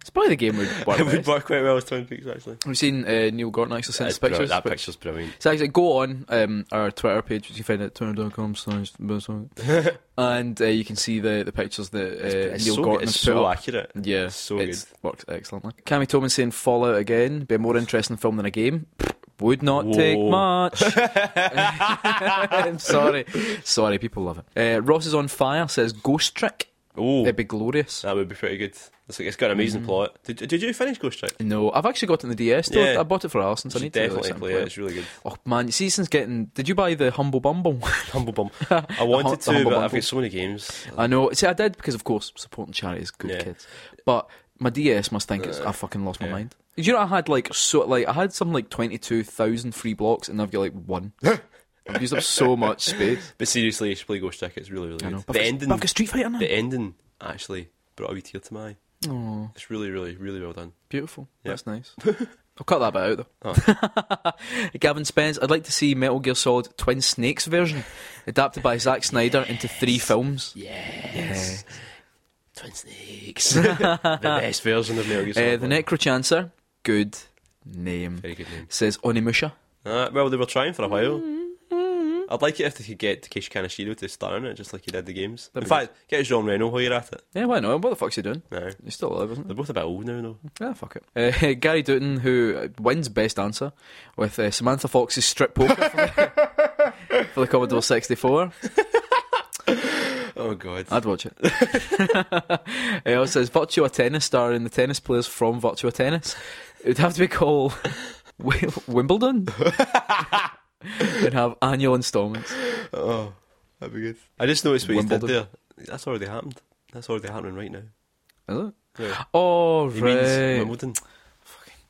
It's probably the game we'd work
It would
best.
work quite well as Twin Peaks, actually.
We've seen uh, Neil Gortnax send us
It's brilliant.
pictures.
That
but-
picture's brilliant.
So actually, go on um, our Twitter page, which you find at twitter.com slash Buzzsprout, and uh, you can see the, the pictures that uh,
It's
Neil
so,
Gorton
it's
has put
so
up.
accurate.
Yeah,
It's so
it's works excellently. Cammy Thomas saying Fallout again, be a more interesting film than a game. Would not
Whoa.
take much. I'm sorry. Sorry, people love it. Uh, Ross is on fire says Ghost Trick.
good. Oh,
It'd be glorious.
that would be pretty good. It's, like, it's got an amazing
Mm-hmm.
plot. Did, did you finish Ghost Trick?
No, I've actually got it in the DS though.
Yeah.
I bought it for Alison, so I
You
need
should
to really
definitely
sit and
play it. It's really good.
Oh man, you see, since getting. Did you buy the Humble Bumble?
Humble Bum. I wanted
the
to,
Humble
but
Bumble.
I've got so many games.
I know. See, I did because, of course, supporting charity is good,
Yeah.
kids. But my DS must think it's, I fucking lost my mind. Did you know I had like so like I had something like twenty two thousand free blocks, and I've got like one. I've used up so much space.
But seriously, you should play Ghost Trick. It's really, really
I know.
good.
But
The
I've got-
ending,
but I've got Street Fighter now.
the ending actually brought a wee tear to my eye.
Oh,
It's really, really, really well done.
beautiful.
Yeah. Oh.
That's nice. I'll cut that bit out though. Gavin Spence, I'd like to see Metal Gear Solid Twin Snakes version, adapted by Zack Snyder into three films.
Yes. Twin Snakes. the best version of Metal Gear
Uh,
Solid.
the Necrochancer, good name.
Very good name.
Says Onimusha.
Uh, well, they were trying for a while.
Mm-hmm.
I'd like it if they could get Takeshi Kaneshiro to star in it, just like he did the games.
That'd
in
be
fact, get Jean Reno while you're at it.
Yeah, why not? What the fuck's he doing?
No.
He's still alive, isn't he?
They're both a bit old now, though.
Ah, fuck it. Uh, Gary Dutton, who wins Best Answer with uh, Samantha Fox's strip poker for the, for the Commodore 64.
Oh, God.
I'd watch it. he also says Virtua Tennis star and the tennis players from Virtua Tennis. It would have to be called Wi- Wimbledon. and have annual installments.
Oh, that'd be good. I just noticed what you
Wimbledon.
did there. That's already happened. That's already happening right now.
Is it?
Yeah.
Oh,
He means
right.
Wimbledon.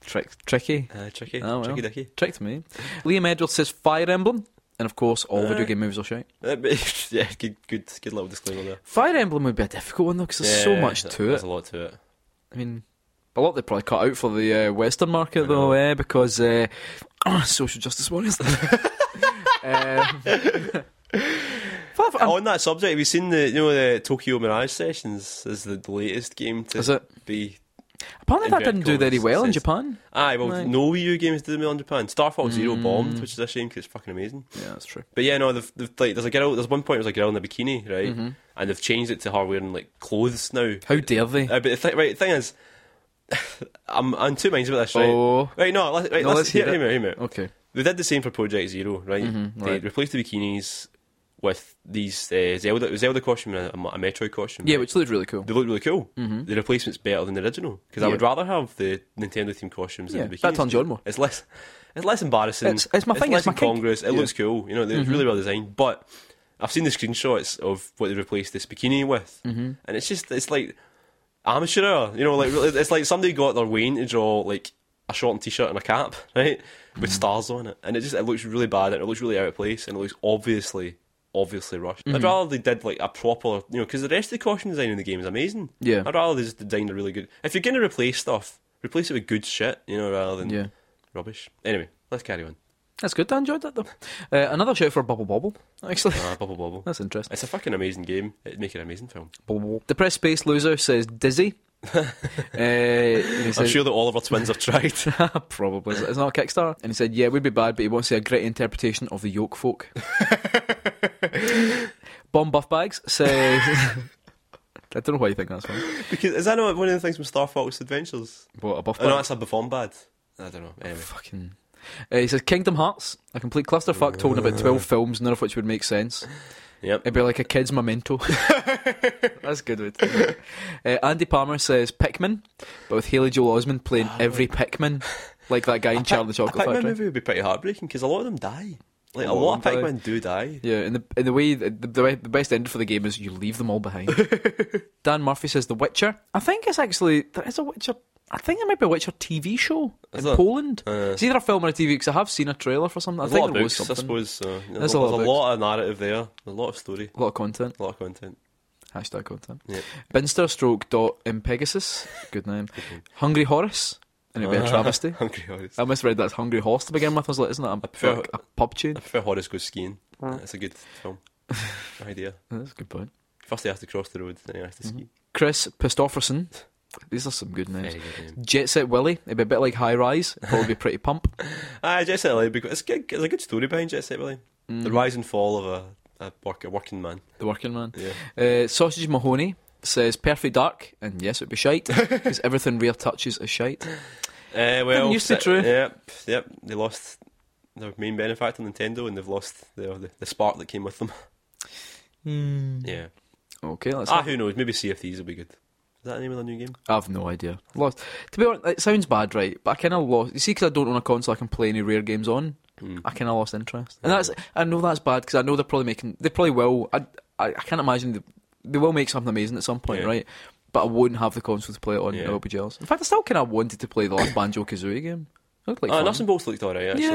Trick, tricky.
Uh, tricky,
Oh, well.
tricky dicky.
Tricked me. Liam Edwards says Fire Emblem. And of course, all video game movies are shite.
Uh, but- yeah, good, good, good little disclaimer there.
Fire Emblem would be a difficult one though, because there's so
Yeah,
much
that-
to it.
There's a lot to it.
I mean, a lot they probably cut out for the uh, Western market though, eh? Because uh, social justice warriors. um, Far from-
On that subject, have you seen the you know the Tokyo Mirage Sessions? Is the latest game to
Is it?
be?
apparently, that didn't do very well in
Says-
Japan.
Aye, well,
Right. Mm.
no Wii U games did well in Japan. Star Fox Zero bombed, which is a shame because it's fucking amazing.
Yeah, that's true.
But yeah, no, they've, they've, like, there's a girl. There's one point there was a girl in a bikini, right?
Mm-hmm.
And they've changed it to her wearing like clothes now.
How dare they?
Uh, but the th- right the thing is, I'm I'm two minds about this, right?
Oh.
Right, no, let, right,
No,
let's,
let's
hear,
hear
hear
it.
me, out, hear me. out.
Okay.
They did the same for Project Zero, right? they
Mm-hmm, right.
replaced the bikinis with these uh, Zelda Zelda costume and a, a Metroid costume.
Yeah,
right?
which looked really cool.
they look really cool. The replacement's better than the original because I
Yeah.
would rather have the Nintendo themed costumes
Yeah,
than the bikinis.
that turns you on more.
It's less, it's less embarrassing.
It's- it's my thing,
Less
it's my kink. Mm-hmm.
incongruous. It looks cool. You know, it's really well designed. But I've seen the screenshots of what they replaced this bikini with,
Mm-hmm.
and it's just it's like amateur. hour, You know, like really- it's like somebody got their Wayne to draw like a short and t-shirt and a cap, right, with
Mm-hmm.
stars on it, and it just it looks really bad and it looks really out of place and it looks obviously. Obviously rushed.
Mm-hmm.
I'd rather they did like a proper, you know, because the rest of the costume design in the game is amazing.
Yeah.
I'd rather they just designed a really good. If you're going to replace stuff, replace it with good shit, you know, rather than
Yeah.
rubbish. Anyway, let's carry on.
That's good. I enjoyed that though. Uh, another shout for Bubble Bobble. Actually,
Ah, bubble bubble.
that's interesting.
It's a fucking amazing game. It'd make an amazing film.
Depressed space loser says dizzy. Uh, and he
I'm
says-
sure that all of our twins have tried.
Probably. It's not a Kickstarter. And he said, yeah, it would be bad, but he wants to see a great interpretation of the yoke folk. Bomb Buff Bags says... I don't know why you think that's funny.
because is that not one of the things from Star Fox Adventures?
What, a buff
Oh, no,
bag?
that's a Buffon bad. I don't know. Anyway.
Fucking... Uh, he says, Kingdom Hearts, a complete clusterfuck told in about 12 films, none of which would make sense.
Yep.
It'd be like a kid's memento. That's good. Would. Uh, Andy Palmer says Pikmin, but with Haley Joel Osment playing every Pikmin, like that guy in Charlie the
A
Chocolate
Pac-Man
Factory.
movie would be pretty heartbreaking because a lot of them die. Like, a
all
lot of
die.
Pikmin do die.
Yeah, and the and the way the, the, way, the best ending for the game is you leave them all behind. Dan Murphy says The Witcher. I think it's actually there is a Witcher. I think there might be a Witcher TV show in
there?
Poland.
Uh.
it's either a film or a TV because I have seen a trailer for something. I
There's a
think
lot of
there
books,
was
I
something.
suppose. So, you know,
There's
there's
a
a
lot
lot,
of
of narrative there. There's a lot of story.
A lot of content.
A lot of content.
Hashtag content.
Yeah.
Binster stroke dot in Pegasus. Good name. Hungry Horace. And it'd be a travesty.
Hungry Horace.
I misread that as Hungry Horse to begin with. I was like, isn't that a,
prefer-
like a pub chain?
I prefer Horace goes skiing. That's a good film idea.
That's a good point.
First he has to cross the road, then he has to
Mm-hmm.
ski.
Chris Pistofferson. These are some good names. Jet Set Willy. It'd be a bit like High Rise. Probably be pretty pump.
Ah, Jet Set Willy. Because it's, good, it's a good story behind Jet Set Willy.
Mm.
The rise and fall of a, a, work, a working man.
The Working Man.
Yeah.
Uh, Sausage Mahoney says Perfect Dark. And yes, it'd be shite. Because everything Rare touches is shite.
Uh, well,
used to
si-
true.
Yep, yep. They lost their main benefactor, Nintendo, and they've lost their, the, the spark that came with them.
Hmm.
Yeah.
Okay, let's
ah, who knows? Maybe CFTs will be good. Is that the name of the new game?
I've no idea. Lost. To be honest, it sounds bad, right? But I kind of lost. You see, because I don't own a console, I can play any rare games on.
Hmm.
I kind of lost interest, and that's. I know that's bad because I know they're probably making. They probably will. I. I, I can't imagine they, they will make something amazing at some point,
Yeah.
right? But I wouldn't have the console to play it on.
Yeah.
I would be jealous. In fact, I still kind of wanted to play the last Banjo Kazooie game. It looked like
Oh,
fun.
Nuts and Bolts looked alright, actually.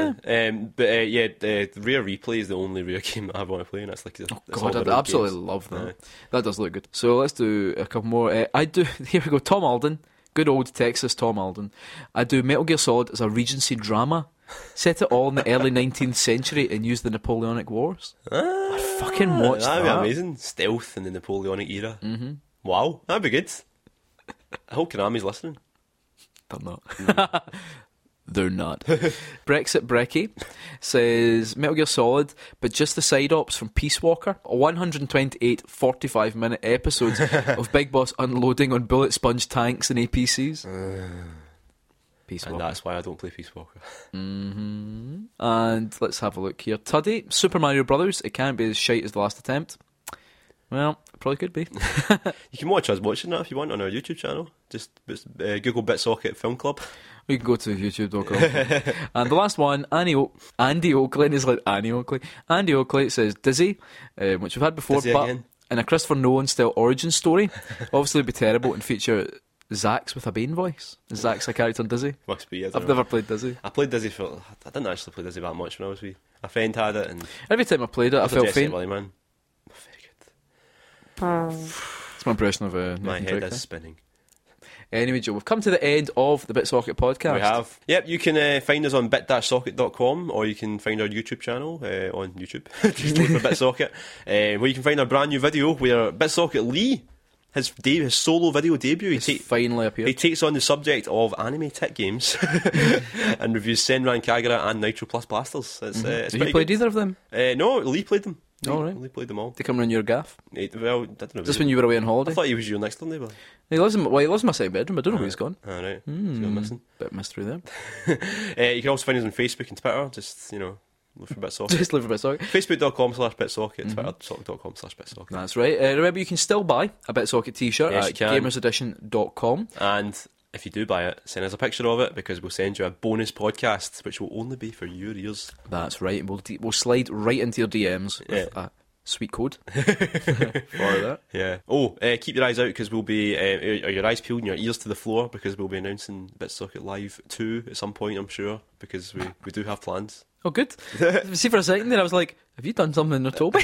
Um, but uh, yeah, the Rare Replay is the only Rare game that I want to play, and that's like.
Oh God, I absolutely love that.
Yeah.
That does look good. So let's do a couple more. Uh, I do. Here we go. Tom Alden, good old Texas Tom Alden. I do Metal Gear Solid as a Regency drama. Set it all in the early 19th century and use the Napoleonic Wars. I fucking watched
Ah, That'd
that.
be amazing. Stealth in the Napoleonic era. Mm-hmm. Wow, that'd be good. I hope Konami's listening.
They're not.
Mm.
They're not. Brexit Brecky says Metal Gear Solid, but just the side ops from Peace Walker. 128 45 minute episodes of Big Boss unloading on bullet sponge tanks and APCs. Peace
And
Walker.
that's why I don't play Peace Walker.
And let's have a look here. Tuddy, Super Mario Brothers. It can't be as shite as the last attempt. Well, it probably could be.
You can watch us watching that if you want on our YouTube channel. Just uh, Google Bitsocket Film Club.
You can go to youtube.com. and the last one, Annie o- Andy Oakley, and it's like Annie Oakley. Andy Oakley says Dizzy, uh, which we've had before,
Dizzy
but
again.
in a Christopher Nolan style origin story. Obviously, it'd be terrible and feature Zax with a Bane voice. Zach's a character in Dizzy.
Must be. I, don't
I've
know.
never played Dizzy.
I played Dizzy for. I didn't actually play Dizzy that much when I was wee. A friend had it, and
Every time I played it, I
That's a
felt
Jet Set
faint.
Willy, man. Very good.
That's my impression of uh,
My
Nathan
head
Drake
is
there.
spinning.
Anyway, Joe, we've come to the end of the BitSocket podcast.
We have. Yep, you can uh, find us on bit-socket.com or you can find our YouTube channel uh, on YouTube. Just look for BitSocket. Uh, where you can find our brand new video where BitSocket Lee, his, de- his solo video debut, he, ta-
Finally appeared.
he takes on the subject of anime tech games and reviews Senran Kagura and Nitro Plus Blasters. It's, uh, it's
Mm-hmm. Have you
pretty
played
good.
either of them?
Uh, no, Lee played them. Lee,
All right.
Lee played them all.
They come around your gaff?
Eh, Well, I don't know.
Just when you were away on
I
holiday?
thought he was your next door neighbour.
He lives in, well, he lives in my same bedroom. I don't know where he's gone.
All right. So you're missing.
Bit of mystery there.
Uh, you can also find us on Facebook and Twitter. Just, you know, look for BitSocket.
Just leave a bit sorry.
Facebook.com slash bitsocket,
Mm-hmm.
twitter.com slash bitsocket.
That's right. Uh, remember, you can still buy a BitSocket t-shirt
Yes,
at
you can.
gamersedition.com.
And if you do buy it, send us a picture of it because we'll send you a bonus podcast, which will only be for your ears.
That's right. And we'll, de- we'll slide right into your DMs with
Yeah.
a sweet code for that.
Yeah. Oh, uh, keep your eyes out because we'll be, uh, or your eyes peeled and your ears to the floor because we'll be announcing Bitsocket Live 2 at some point, I'm sure, because we, we do have plans.
Oh, good. See, for a second there, I was like, have you done something in told me?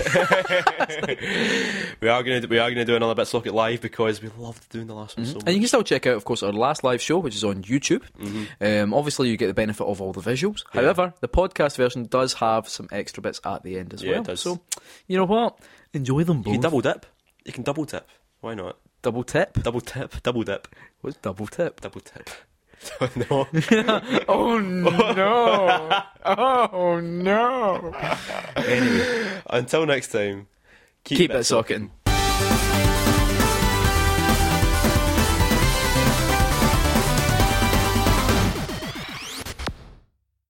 We are going to we are going to do another Bitsocket Live because we loved doing the last one so much.
Mm-hmm. And you can still check out, of course, our last live show, which is on YouTube.
Mm-hmm.
Um, obviously, you get the benefit of all the visuals. However, the podcast version does have some extra bits at the end as
Yeah, it
well.
does.
So, you know what? Enjoy them
you
both.
can double dip. You can double dip. Why not?
double tip.
Double tip, double dip,
What's double tip?
double tip. no.
Oh no! oh no!
Until next time,
Keep it
Bitsocket.
socketing.